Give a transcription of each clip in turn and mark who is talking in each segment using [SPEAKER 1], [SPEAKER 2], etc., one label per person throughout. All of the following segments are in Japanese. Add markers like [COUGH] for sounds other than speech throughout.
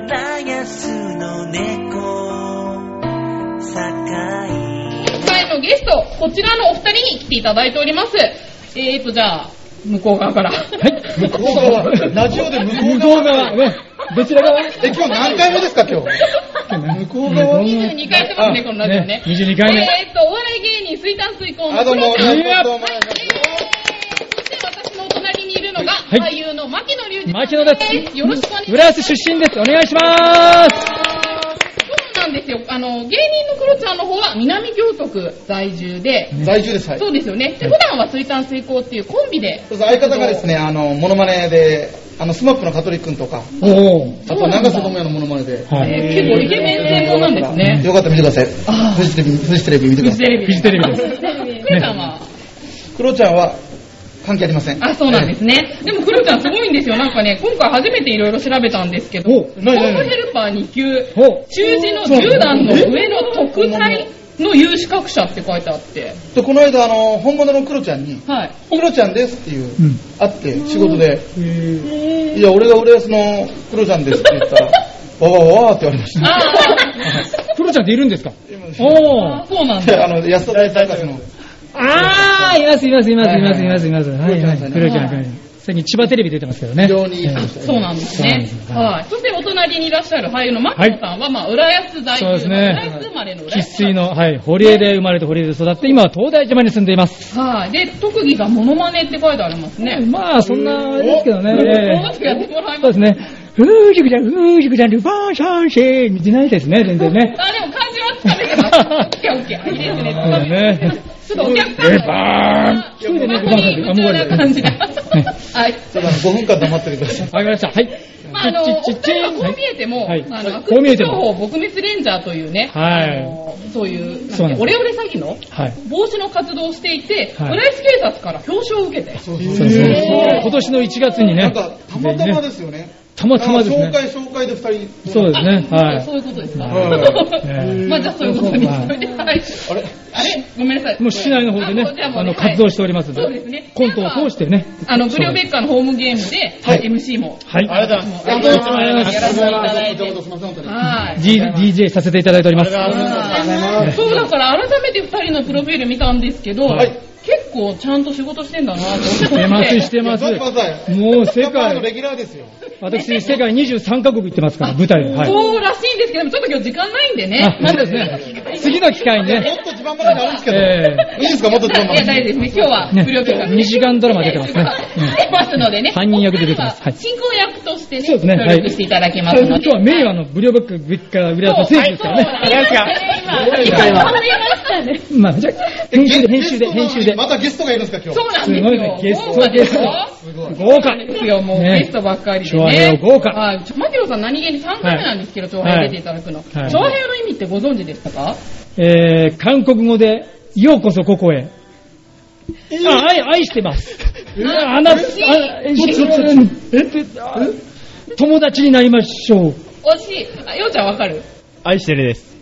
[SPEAKER 1] ラスの猫堺
[SPEAKER 2] 今回のゲスト、こちらのお二人に来ていただいております。えーと、じゃあ、向こう側から。はい
[SPEAKER 3] 向こう側、ラジオで向
[SPEAKER 4] 向
[SPEAKER 3] こ
[SPEAKER 4] こ
[SPEAKER 3] う
[SPEAKER 4] う
[SPEAKER 3] 側。
[SPEAKER 4] 側、ね、どちら側
[SPEAKER 3] え、今日何回目ですか、今日。向こう側
[SPEAKER 4] 向こ
[SPEAKER 2] 22回目ですね、このラジオね。
[SPEAKER 4] ね22回目
[SPEAKER 2] えーと、お笑い芸人、水炭水コン
[SPEAKER 3] あ、どうも、
[SPEAKER 2] これさん
[SPEAKER 3] どう
[SPEAKER 4] いや
[SPEAKER 3] もどうも。
[SPEAKER 2] はい、えーそして私の隣にいるのが、俳
[SPEAKER 4] い
[SPEAKER 2] 優の牧野隆二さん
[SPEAKER 4] 牧野です。
[SPEAKER 2] よろしくお願いします。
[SPEAKER 4] 浦安出身です。お願いします。
[SPEAKER 2] そうなんですよ。あの、芸人のクロちゃんの方は南行徳在住で、
[SPEAKER 3] 在住です、はい。
[SPEAKER 2] そうですよね。で、普段は水炭水耕っていうコンビで、
[SPEAKER 3] そうそう相方がですね、あの、モノマネで、あの、スマップの香取君とか、
[SPEAKER 4] おー。
[SPEAKER 3] あと長瀬智也のモノマネで。
[SPEAKER 4] は
[SPEAKER 2] え
[SPEAKER 4] い。
[SPEAKER 2] ー結構イケメン専門なんですね。
[SPEAKER 3] よかったら見てください。フジテレビ、フジテレビ見てくだ
[SPEAKER 2] フジ
[SPEAKER 3] さ
[SPEAKER 2] テ
[SPEAKER 3] い。
[SPEAKER 2] レビ。
[SPEAKER 4] フジテレビです
[SPEAKER 2] クロちゃんは、
[SPEAKER 3] クロちゃんは関係ありません。
[SPEAKER 2] あ、そうなんですね。でもクロちゃんすごいんですよ。なんかね、今回初めていろいろ調べたんですけど、
[SPEAKER 4] お
[SPEAKER 2] ホ
[SPEAKER 3] 何何
[SPEAKER 2] ームヘルパー2級、
[SPEAKER 4] おー。
[SPEAKER 2] 中字の10段の上の特待の有資格者って書いてあって、
[SPEAKER 3] ええ。と、この間、あの、本物のクロちゃんに、
[SPEAKER 2] はい。
[SPEAKER 3] クロちゃんですっていう、
[SPEAKER 4] うん。
[SPEAKER 3] 会って、仕事で、
[SPEAKER 4] え
[SPEAKER 3] いや、俺が浦安のクロちゃんですって言ったら、わわわわーって言われました。
[SPEAKER 2] あ
[SPEAKER 4] ー。プロちゃんっているんですか
[SPEAKER 3] 今
[SPEAKER 4] おー
[SPEAKER 2] あ、。そうなん
[SPEAKER 3] で
[SPEAKER 2] だ。
[SPEAKER 3] あの、安田大サーカスの、
[SPEAKER 4] あー、いますいますいますいますいますいます。
[SPEAKER 3] は
[SPEAKER 4] はいい
[SPEAKER 3] は
[SPEAKER 4] はいい。黒ちゃん黒ちゃん。最近千葉テレビ出てますけどね。
[SPEAKER 3] 非常にいい
[SPEAKER 4] え
[SPEAKER 3] 人
[SPEAKER 4] え
[SPEAKER 3] でした
[SPEAKER 2] そうなんですね
[SPEAKER 4] そうなんで。すよ
[SPEAKER 2] はい。そしてお隣にいらっしゃる俳優のマッコさんは、まあ、浦安在住
[SPEAKER 4] そう
[SPEAKER 2] の、
[SPEAKER 4] ですね
[SPEAKER 2] 浦安生まれの浦
[SPEAKER 4] 生
[SPEAKER 2] 安。
[SPEAKER 4] 粋の、はい、堀江で生まれて堀江で育って、今は東大島に住んでいます。
[SPEAKER 2] はい。で、特技がモノマネって書いてありますね。
[SPEAKER 4] まあ、そんな、ですけどね。
[SPEAKER 2] 楽しくやってもらい
[SPEAKER 4] そ
[SPEAKER 2] ま。
[SPEAKER 4] うですすね。ふーじくちゃん、ふーじくちゃん、ルパン三世見てないですね、全然ね。
[SPEAKER 2] [LAUGHS] あ、でも漢字はつかめてます。
[SPEAKER 4] [LAUGHS]
[SPEAKER 2] オッケーオッケー。いいですね。つかめてますちょっとお客さん
[SPEAKER 4] ルパン
[SPEAKER 2] スマホに夢中な感じが。
[SPEAKER 4] [LAUGHS]
[SPEAKER 2] はい。
[SPEAKER 3] ちょっとあの5分間黙っててください。
[SPEAKER 4] わかりました。はい。
[SPEAKER 2] まあ、あの、お二
[SPEAKER 4] ちっちっち
[SPEAKER 2] 人はこう見えても、
[SPEAKER 4] はい
[SPEAKER 2] あの、悪
[SPEAKER 4] こう見え
[SPEAKER 2] 質
[SPEAKER 4] て
[SPEAKER 2] 商
[SPEAKER 4] も。
[SPEAKER 2] 法撲滅レンジャーというね、
[SPEAKER 4] はい
[SPEAKER 2] あのそういう、
[SPEAKER 4] そうなんです
[SPEAKER 2] オレオレ詐欺の
[SPEAKER 4] はい。
[SPEAKER 2] 防止の活動をしていて、
[SPEAKER 4] はい
[SPEAKER 2] 浦安警察から表彰を受けて、
[SPEAKER 3] そう
[SPEAKER 4] そうですね。今年の1月にね。
[SPEAKER 3] なんか、たまたまで
[SPEAKER 4] ね
[SPEAKER 3] すよね。
[SPEAKER 4] たまたまです
[SPEAKER 3] 紹介
[SPEAKER 4] ね。
[SPEAKER 3] 紹介で2人。
[SPEAKER 4] そうですね。は
[SPEAKER 2] そ
[SPEAKER 4] い。
[SPEAKER 2] ういうことですか。
[SPEAKER 3] はい
[SPEAKER 2] [LAUGHS]
[SPEAKER 4] ね
[SPEAKER 2] まあ、じゃあそういうことに
[SPEAKER 4] はい
[SPEAKER 2] それではい
[SPEAKER 3] あれ
[SPEAKER 2] あれごめんなさい。
[SPEAKER 4] もう市内の方でね
[SPEAKER 2] あじゃ、もう
[SPEAKER 4] あの、
[SPEAKER 2] はい
[SPEAKER 4] 活動しておりますの
[SPEAKER 2] そうですね。
[SPEAKER 4] コントを通してね。
[SPEAKER 2] あの、ブリオベッカーのホームゲームで、
[SPEAKER 3] はい
[SPEAKER 2] MC も。
[SPEAKER 4] はい。
[SPEAKER 5] ありがとうございます。
[SPEAKER 2] あの
[SPEAKER 4] どうもありがとうご
[SPEAKER 2] や
[SPEAKER 4] ざい
[SPEAKER 2] ら
[SPEAKER 4] ま
[SPEAKER 2] せていた
[SPEAKER 4] す
[SPEAKER 2] だいて。
[SPEAKER 3] すみません、本当に。
[SPEAKER 2] はい。
[SPEAKER 4] D- DJ させていただいております。
[SPEAKER 5] ありがとうございます
[SPEAKER 2] あそうだから改めて2人のプロフィール見たんですけど、
[SPEAKER 4] はい
[SPEAKER 2] 結構ちゃんと仕事してんだなと思って。
[SPEAKER 4] してます、してま
[SPEAKER 3] ちょっと待ってくださ
[SPEAKER 4] す。もう世
[SPEAKER 3] ジャパンのレ
[SPEAKER 4] 界、
[SPEAKER 3] ギュラーですよ。
[SPEAKER 4] 私、世界23カ国行ってますから、舞台を。はい。
[SPEAKER 2] そうらしいんですけども、ちょっと今日時間ないんでね。
[SPEAKER 4] あそうですね。次の機会に
[SPEAKER 3] も
[SPEAKER 4] ね、
[SPEAKER 3] っと自慢話あるんですけど。
[SPEAKER 4] え
[SPEAKER 3] いいですか、もっと自慢
[SPEAKER 2] [LAUGHS] いや、大
[SPEAKER 3] 話。
[SPEAKER 2] 丈夫ですね。今日は、
[SPEAKER 4] ね
[SPEAKER 2] 不良曲が。
[SPEAKER 4] 二時間ドラマ出てます
[SPEAKER 2] [LAUGHS]
[SPEAKER 4] ねうん
[SPEAKER 2] 出てますのでね。
[SPEAKER 4] 犯人役で出てますはい
[SPEAKER 2] 進行役としてね、
[SPEAKER 4] そうですねはい
[SPEAKER 2] 協力していただきますの
[SPEAKER 4] 今
[SPEAKER 2] で。
[SPEAKER 4] 日は名誉の武力ブックから売り出した選手ですからね。
[SPEAKER 2] はいそうなんです
[SPEAKER 4] まあ、じゃあ編集で、編集で、編集で。
[SPEAKER 3] またゲストがいるんですか、今日。
[SPEAKER 2] そうなんです
[SPEAKER 4] すごいね
[SPEAKER 2] よ。
[SPEAKER 4] ゲスト
[SPEAKER 2] 豪華でしょ
[SPEAKER 4] ゲ
[SPEAKER 3] すごい。
[SPEAKER 4] 豪華。
[SPEAKER 2] ですよ、もう
[SPEAKER 4] ね
[SPEAKER 2] ゲストばっかりで
[SPEAKER 4] 昭和
[SPEAKER 2] ね。
[SPEAKER 4] 平和豪華
[SPEAKER 2] はい。牧野さん何気に3回目なんですけど、長編出ていただくの。
[SPEAKER 4] はい
[SPEAKER 2] 長編の意味ってご存知でしたか
[SPEAKER 4] えー、韓国語で、ようこそここへ。あ、愛、愛してます。あな、あ、え、ちょ、ちょ、ちょ、え、あ友達になりましょう。
[SPEAKER 2] 惜しい。あ、ようちゃんわかる
[SPEAKER 5] 愛してるです。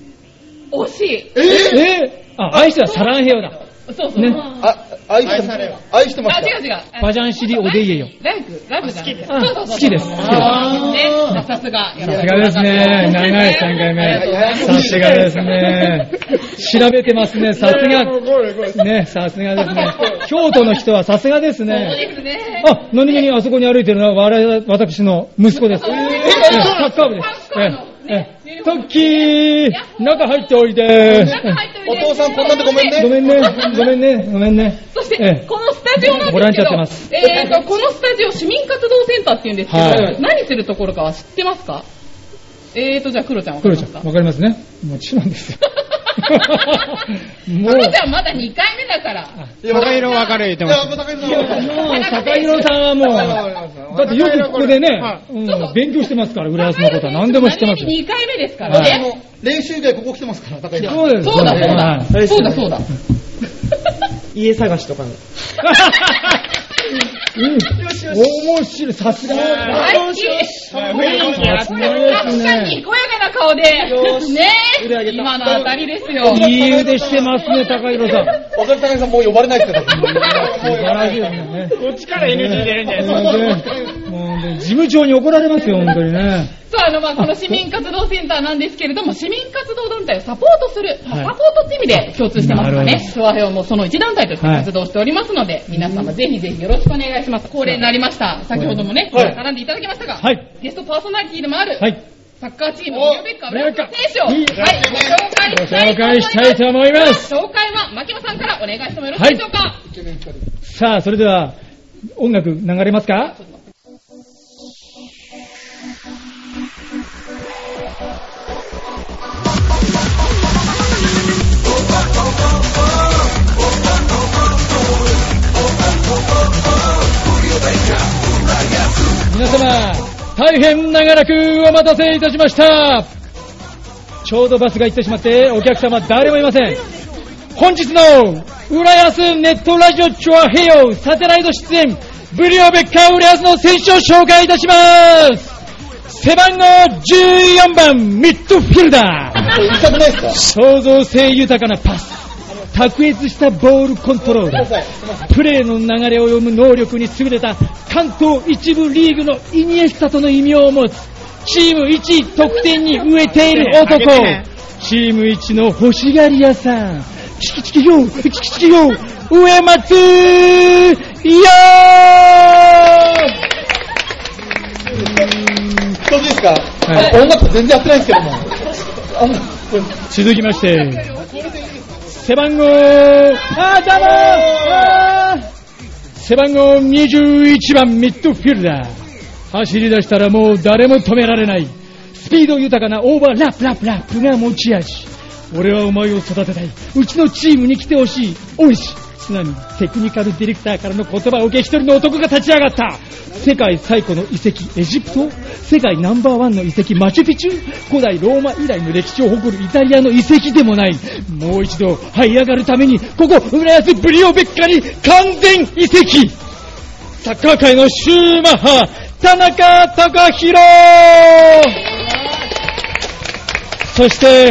[SPEAKER 2] 惜しい。
[SPEAKER 4] えあ、愛してはサランヘヨだ。
[SPEAKER 2] そうそう。
[SPEAKER 4] ね
[SPEAKER 3] あ、愛して、愛してま
[SPEAKER 2] あ、
[SPEAKER 3] し
[SPEAKER 2] 違
[SPEAKER 3] た
[SPEAKER 2] う。違う。
[SPEAKER 4] バジャンシリオデイエよ。
[SPEAKER 2] ライク、ライクじゃん。
[SPEAKER 4] あ
[SPEAKER 2] そうそうそう
[SPEAKER 4] 好きです
[SPEAKER 2] あーねさすが。
[SPEAKER 4] さすがですね。長い3回目。さすがですね。調べてますね。さすが。ね、さすがですね。京都の人はさすがです
[SPEAKER 2] そう
[SPEAKER 4] ね。
[SPEAKER 2] ですね。
[SPEAKER 4] あ、何気にあそこに歩いてるのは我々私の息子です。えサッカー部です。ええトッキー中入っておいで。
[SPEAKER 2] 中入っておいで
[SPEAKER 3] お父さんこんなんでごめんね
[SPEAKER 4] ごめんね、ごめんね、ごめんね。
[SPEAKER 2] そして、
[SPEAKER 4] ええ
[SPEAKER 2] このスタジオなんですけど、
[SPEAKER 4] ボランティアやってます
[SPEAKER 2] えーと、このスタジオ、市民活動センターって言うんですけど、
[SPEAKER 4] はい
[SPEAKER 2] 何するところかは知ってますかえーと、じゃあ、クロちゃんわか
[SPEAKER 4] クロ
[SPEAKER 2] り
[SPEAKER 4] ち
[SPEAKER 2] ます
[SPEAKER 4] ゃん、
[SPEAKER 2] か
[SPEAKER 4] わかりますね。もちろん [LAUGHS] ですよ。も
[SPEAKER 2] ク
[SPEAKER 4] う
[SPEAKER 2] ロちゃんまだ2回目だから。
[SPEAKER 3] いや、わか
[SPEAKER 5] 赤色は明るい言って
[SPEAKER 3] い
[SPEAKER 5] ます。
[SPEAKER 3] や、高井さん。
[SPEAKER 4] もう、坂色さんはもう、だってよくここでね、うん勉強してますから、浦安のことは何でも知ってますよ。
[SPEAKER 2] 2回目ですから
[SPEAKER 3] あ
[SPEAKER 2] ね。
[SPEAKER 3] の、練習会ここ来てますから、高井さん。
[SPEAKER 4] そうです
[SPEAKER 2] そうだ、そう
[SPEAKER 4] は
[SPEAKER 2] だ
[SPEAKER 4] い。
[SPEAKER 2] そうだ、そうだ。
[SPEAKER 6] 家探しとか
[SPEAKER 4] うん面白い、さすが。
[SPEAKER 2] 大好き。
[SPEAKER 4] さす
[SPEAKER 2] こ
[SPEAKER 4] が
[SPEAKER 2] れ、
[SPEAKER 4] です
[SPEAKER 2] さんに
[SPEAKER 4] ね。
[SPEAKER 2] こやかな顔で、ねえ今の当たりですよ。
[SPEAKER 4] いい腕してますね、高弘さん。
[SPEAKER 3] わかる高井さん、もう呼ばれないですから。
[SPEAKER 4] 素晴らしいですね。
[SPEAKER 5] こっちから NG 出るんじゃないですか。
[SPEAKER 4] もうねももうね事務長に怒られますよ、本当にね。
[SPEAKER 2] そう、あの、まあ、この市民活動センターなんですけれども、市民活動団体をサポートする、まあ
[SPEAKER 4] はい
[SPEAKER 2] サポートって意味で共通してますか
[SPEAKER 4] なる
[SPEAKER 2] ね。
[SPEAKER 4] ほど
[SPEAKER 2] 昭和平和もその一団体として活動しておりますので、皆様ぜひぜひよろしくお願いします。恒例になりました。先ほどもね、
[SPEAKER 4] はい
[SPEAKER 2] 絡んでいただきましたが、
[SPEAKER 4] はい
[SPEAKER 2] ゲストパーソナリティでもある、
[SPEAKER 4] はい。
[SPEAKER 2] サッカーチーム、
[SPEAKER 4] お
[SPEAKER 2] ニューベッカ村岡選手を、はいい、
[SPEAKER 4] い
[SPEAKER 2] ご紹介
[SPEAKER 4] ご
[SPEAKER 2] したい
[SPEAKER 4] 紹
[SPEAKER 2] と思いま
[SPEAKER 4] 介し
[SPEAKER 2] す。
[SPEAKER 4] たいと思います。
[SPEAKER 2] 紹介は、牧野さんからお願いしてもよろしいでしょうか。
[SPEAKER 4] さあ、それでは、音楽流れますか皆様、大変長らくお待たせいたしました。ちょうどバスが行ってしまって、お客様誰もいません。本日の、浦安ネットラジオチョアヘヨサテライト出演、ブリオベッカ浦安の選手を紹介いたします。背番号14番、ミッドフィルダー。
[SPEAKER 3] 痛くないですか
[SPEAKER 4] 創造性豊かなパス。卓越したボールコントロール。プレーの流れを読む能力に優れた関東一部リーグのイニエスタとの異名を持つチーム1位得点に植えている男チーム1の欲しがり屋さんチキチキよチキチキよ上松よ
[SPEAKER 3] 本当ですか、
[SPEAKER 4] い
[SPEAKER 3] あの音楽全然やってないんですけども。あの、
[SPEAKER 4] 続きまして背番号あーどうもあー背番号21番ミッドフィルダー走り出したらもう誰も止められないスピード豊かなオーバーラップラップラップが持ち味俺はお前を育てたいうちのチームに来てほしい恩師津波テクニカルディレクターからの言葉を受け一人の男が立ち上がった世界最古の遺跡エジプト世界ナンバーワンの遺跡マチュピチュ古代ローマ以来の歴史を誇るイタリアの遺跡でもないもう一度這い上がるためにここ浦安ブリオベッカに完全遺跡サッカー界のシューマッハ、田中隆弘そして、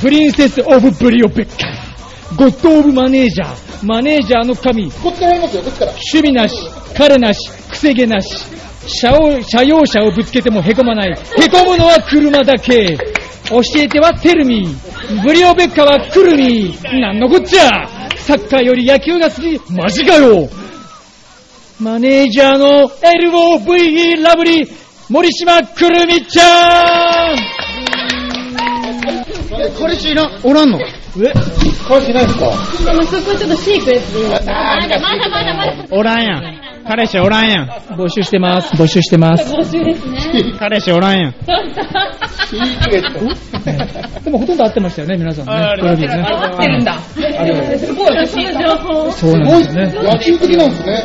[SPEAKER 4] プリンセス・オブ・ブリオペッカ、ゴッド・オブ・マネージャー、マネージャーの神、
[SPEAKER 3] こっちからやりますよ、こっちから。
[SPEAKER 4] 趣味なし、彼なし、くせ毛なし、車を車用車をぶつけてもへこまない、へこむのは車だけ、教えてはテルミー、ブリオベッカはクルミー、なんのこっちゃ、サッカーより野球が好き、マジかよ、マネージャーの LOVE ラブリー、森島くるみちゃん
[SPEAKER 6] 彼氏いらん、おらんの
[SPEAKER 3] 返してないですか
[SPEAKER 5] でもそこちょっとシークレットでいいまだまだまだまだ。
[SPEAKER 6] おらんやん。彼氏おらんやん。
[SPEAKER 4] 募集してます、募集してます。
[SPEAKER 5] 募集ですね。
[SPEAKER 6] 彼氏おらんやん。
[SPEAKER 3] シークレット。
[SPEAKER 4] でもほとんど合ってましたよね、皆さんね。
[SPEAKER 6] ありがとうございます
[SPEAKER 2] 合ってるんだ。すごい、不思議な情報。
[SPEAKER 4] そうなんですね。
[SPEAKER 3] 野球的なんですね。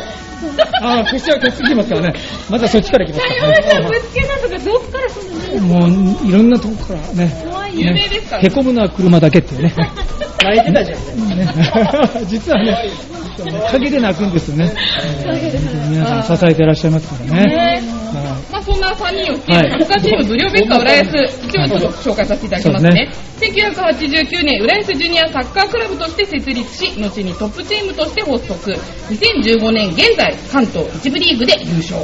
[SPEAKER 4] ああ、こっちはこっち来ますからね。まずはそっちから行きますから
[SPEAKER 2] [LAUGHS]
[SPEAKER 4] ね。
[SPEAKER 5] ぶつけたとかどっからそんな
[SPEAKER 4] もう、いろんなとこからね。
[SPEAKER 5] 怖い
[SPEAKER 2] 有名ですから
[SPEAKER 4] へこむのは車だけっていうね。
[SPEAKER 6] 泣いてたじゃん。
[SPEAKER 4] ね [LAUGHS] 実はね、陰で泣くんですよね。皆さん支えてらっしゃいますからね。は
[SPEAKER 2] まあ、そんな3人を含
[SPEAKER 4] は
[SPEAKER 2] め、サ
[SPEAKER 4] い
[SPEAKER 2] ッカーチームブリオベッカ浦安、一応ちょっと紹介させていただきますね。1989年、浦安ジュニアサッカークラブとして設立し、後にトップチームとして発足。2015年現在、関東一部リーグで優勝。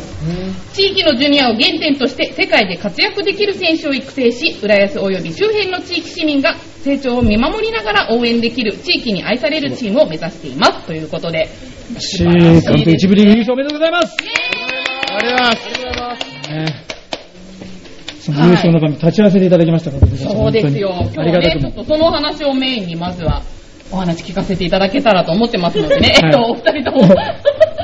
[SPEAKER 2] 地域のジュニアを原点として世界で活躍できる選手を育成し、浦安及び周辺の地域市民が成長を見守りながら応援できる地域に愛されるチームを目指しています。ということで。
[SPEAKER 4] い。しー、関東一部リーグ優勝おめでとうございます。
[SPEAKER 6] ありがとうございます。
[SPEAKER 4] ねその優勝の場面、立ち会わせていただきましたから、僕たちは
[SPEAKER 2] そうですよ。
[SPEAKER 4] 本当
[SPEAKER 2] 今
[SPEAKER 4] にあ
[SPEAKER 2] 日
[SPEAKER 4] りがた
[SPEAKER 2] ね、
[SPEAKER 4] く
[SPEAKER 2] ちょっと
[SPEAKER 4] も。
[SPEAKER 2] そのお話をメインにまずはお話聞かせていただけたらと思ってますのでね、
[SPEAKER 4] はい
[SPEAKER 2] [LAUGHS] えっとお二人とも。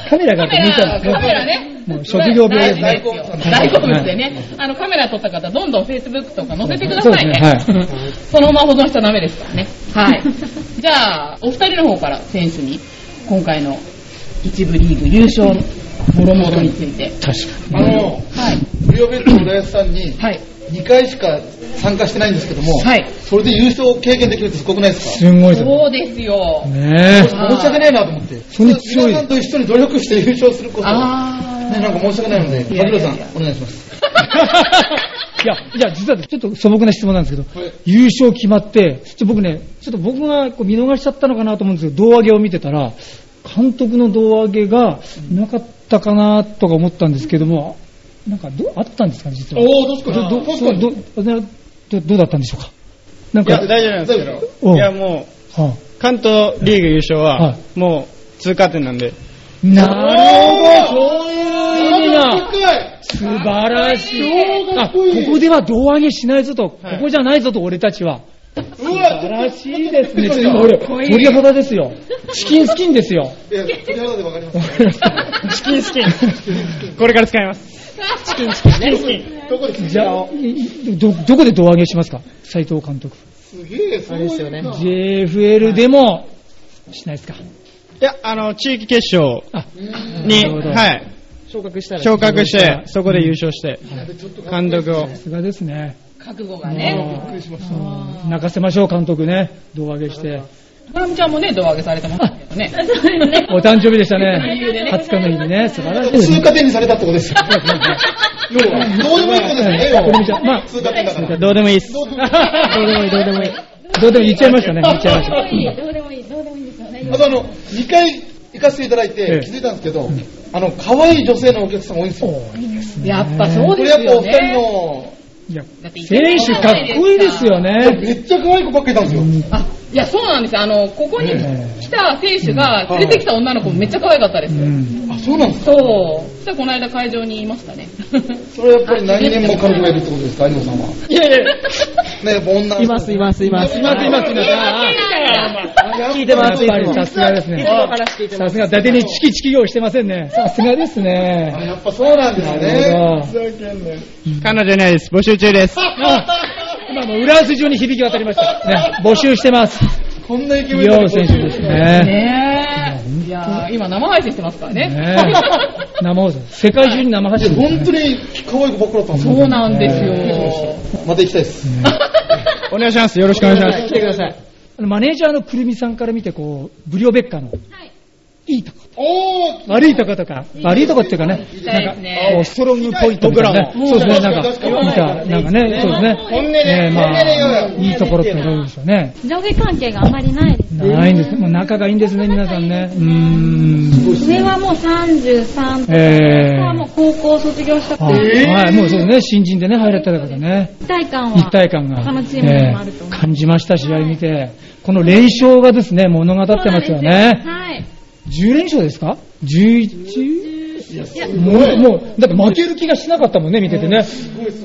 [SPEAKER 4] カメラが見たらね
[SPEAKER 2] カメラね。
[SPEAKER 4] もう職業病ですね
[SPEAKER 2] 大好物ですよ大好物でね。あの、カメラ撮った方、どんどん Facebook とか載せてくださいね。
[SPEAKER 4] そうで
[SPEAKER 2] [LAUGHS]
[SPEAKER 4] す
[SPEAKER 2] そのまま保存しちゃダメですからね。はい。じゃあ、お二人の方から選手に、今回の一部リーグ優勝のもろもろについて。
[SPEAKER 4] 確
[SPEAKER 3] あ
[SPEAKER 4] かに。
[SPEAKER 3] の、
[SPEAKER 2] はい。
[SPEAKER 3] ブリオベットの浦安さんに、
[SPEAKER 2] はい。
[SPEAKER 3] 2回しか参加してないんですけども、
[SPEAKER 2] はい
[SPEAKER 3] それで優勝経験できるってすごくないですか
[SPEAKER 4] すんごいですね。
[SPEAKER 2] そうですよ。
[SPEAKER 4] ねえ。
[SPEAKER 3] 申し訳ないなと思って。
[SPEAKER 4] それ強い
[SPEAKER 3] 皆さんと一緒に努力して優勝すること。ね、
[SPEAKER 2] あ
[SPEAKER 3] なんか申し訳ないので、
[SPEAKER 2] やい
[SPEAKER 3] 萩
[SPEAKER 2] や
[SPEAKER 3] 野
[SPEAKER 2] いや
[SPEAKER 3] さん、お願いします。
[SPEAKER 4] いや、いや、実はちょっと素朴な質問なんですけど、
[SPEAKER 3] はい
[SPEAKER 4] 優勝決まって、ちょっと僕ね、ちょっと僕がこう見逃しちゃったのかなと思うんですけど、胴上げを見てたら、監督の胴上げがなかっったかなとか思ったんですけども、なんかどうあったんですかね、実は。
[SPEAKER 3] おー、確かに。
[SPEAKER 4] どど
[SPEAKER 3] 確かに。
[SPEAKER 4] どどどどどうだったんでしょうか。なん
[SPEAKER 6] いや、
[SPEAKER 4] か、
[SPEAKER 6] 大丈夫なんですけ
[SPEAKER 4] う
[SPEAKER 6] ど。
[SPEAKER 4] ん
[SPEAKER 6] いや、も
[SPEAKER 4] は
[SPEAKER 6] う、関東リーグ優勝
[SPEAKER 4] は、
[SPEAKER 6] はいもう、通過点なんで。
[SPEAKER 4] あなるほど、そういう意味
[SPEAKER 3] あ
[SPEAKER 4] が。
[SPEAKER 3] 高い
[SPEAKER 4] 素晴らしい。
[SPEAKER 3] か
[SPEAKER 4] あ、
[SPEAKER 3] っ
[SPEAKER 4] こ
[SPEAKER 3] こいい
[SPEAKER 4] こでは胴上げしないぞと、こ
[SPEAKER 6] はい
[SPEAKER 4] こじゃないぞと、俺たちは。
[SPEAKER 3] うわ、
[SPEAKER 4] 素晴らしいですね。ちょっと今俺、鳥肌ですよ。チキンスキンです [LAUGHS] よ。
[SPEAKER 3] いや、手肌でわかります。
[SPEAKER 6] チキンスキン。これから使います。チキンスキン。チキンスキン。
[SPEAKER 3] どこで
[SPEAKER 4] じゃあ、いど、どこで胴上げしますか斉藤監督。
[SPEAKER 3] すげえ、すごいですよね。
[SPEAKER 4] JFL でも、しないですか。
[SPEAKER 6] いや、あの、地域決勝
[SPEAKER 4] あ、
[SPEAKER 6] に、
[SPEAKER 4] なるほど
[SPEAKER 6] はい。昇格して、そこで優勝して、監督を。
[SPEAKER 4] さすがですね。
[SPEAKER 2] 覚悟がね。
[SPEAKER 4] うん泣かせましょう、監督ね。胴上げして。
[SPEAKER 2] ハラミちゃんもね、胴上げされてましたけど [LAUGHS] ね。
[SPEAKER 4] お誕生日でした
[SPEAKER 2] 理由で
[SPEAKER 4] ね
[SPEAKER 2] ね。
[SPEAKER 4] 20日の日にね。素晴らしいですね
[SPEAKER 3] 通。過点にされたってことですよ。要は、どうでもいいことですね、要
[SPEAKER 4] 鳥見ちゃんまあ
[SPEAKER 3] は。通過点だから。
[SPEAKER 6] どうでもいいっす。
[SPEAKER 4] どうでもいい、どうでもいい。どうでもいい、言っちゃいましたね。言っちゃいまし
[SPEAKER 5] どうでもいい、
[SPEAKER 4] た。
[SPEAKER 5] どうでもいい、どうでもいいですよね。
[SPEAKER 3] あとあの、2回行かせていただい
[SPEAKER 4] ええ
[SPEAKER 3] て気づいたんですけど、あの、可愛い女性のお客さん多いんですよ。
[SPEAKER 2] やっぱそう
[SPEAKER 3] こ
[SPEAKER 2] で
[SPEAKER 3] れ
[SPEAKER 2] す
[SPEAKER 3] やっぱ
[SPEAKER 2] よ
[SPEAKER 3] お二人
[SPEAKER 2] ね。
[SPEAKER 3] の、
[SPEAKER 4] いや、
[SPEAKER 2] だってイケメ
[SPEAKER 4] 選
[SPEAKER 2] ン
[SPEAKER 4] 手
[SPEAKER 2] じゃ
[SPEAKER 4] かっ
[SPEAKER 2] ないですか
[SPEAKER 4] こいいですよね。
[SPEAKER 3] めっちゃ可愛い子ばっかりいたんですよ。
[SPEAKER 2] あ、いや、そうなんですよ。あの、ここに
[SPEAKER 4] ええ
[SPEAKER 2] 来た選手が連れてきた女の子めっちゃ可愛かったです
[SPEAKER 4] う
[SPEAKER 2] よ。
[SPEAKER 4] ん。
[SPEAKER 3] あ、そうなんですか
[SPEAKER 2] そう。そしたらこの間会場にいましたね。 [LAUGHS]
[SPEAKER 3] それはやっぱり何年も彼女がいるってことですか、有野さんは。
[SPEAKER 4] いやいや、
[SPEAKER 3] ね、やっぱ女の子。います、います、います。います、います、います。聞いて
[SPEAKER 4] やっぱりさすがですね。さすが、伊達にチキチキ用意してませんね。さすがです
[SPEAKER 3] あ、
[SPEAKER 4] ね。
[SPEAKER 3] やっぱそうなんです
[SPEAKER 4] なる
[SPEAKER 3] ね。
[SPEAKER 4] ほど
[SPEAKER 6] 彼女いないです。募集中です。
[SPEAKER 4] あ今もう裏筋上に響き渡りました。ね、募集してます。
[SPEAKER 3] こんなイケメン
[SPEAKER 4] ヨウ選手ですね。
[SPEAKER 2] ねえ。いやー、今生配信してますからね。
[SPEAKER 4] ね生放送。世界中に生配信ですね
[SPEAKER 3] 本当に可愛い子ばっかりだったんです
[SPEAKER 2] [LAUGHS] そ
[SPEAKER 3] よ。
[SPEAKER 2] うなんですよ。
[SPEAKER 3] また行きたいです。
[SPEAKER 2] [LAUGHS]
[SPEAKER 6] お願いします。よろしくお願いします。来てください。
[SPEAKER 4] あのマネージャーのくるみさんから見て、こう、ブリオベッカの、いいとこ、
[SPEAKER 3] おー
[SPEAKER 4] 悪いとことか、悪いとこっていうかね、
[SPEAKER 2] たいですね
[SPEAKER 4] なんか、こうストロングポイントみたいなね、
[SPEAKER 6] 僕らも
[SPEAKER 4] そうですね、なんか、
[SPEAKER 3] 確かに
[SPEAKER 4] 見た、なんかね、そうですね、
[SPEAKER 6] 本音で
[SPEAKER 4] ねま
[SPEAKER 6] 本音で言
[SPEAKER 4] あ、
[SPEAKER 6] うよ
[SPEAKER 4] いいところってどうでしょうね。
[SPEAKER 5] 上下関係があまりないです。
[SPEAKER 4] ないんです、もう仲がいいんですね、皆さんね。うーん。
[SPEAKER 5] 上はもう33とか、
[SPEAKER 4] え
[SPEAKER 5] 下はもう
[SPEAKER 4] ー。
[SPEAKER 5] 高校卒業したから、
[SPEAKER 4] はい、はいもうそうですね、新人でね、入れた方ね、
[SPEAKER 5] 一体感は
[SPEAKER 4] 一体感が、
[SPEAKER 5] 他のチームにもあると
[SPEAKER 4] え
[SPEAKER 5] 思
[SPEAKER 4] ー
[SPEAKER 5] う。
[SPEAKER 4] 感じました、試合見て。この連勝がですね、物語ってますよね。
[SPEAKER 5] はい。
[SPEAKER 4] 10連勝ですか ?11? もう、もう、だって負ける気がしなかったもんね、見ててね。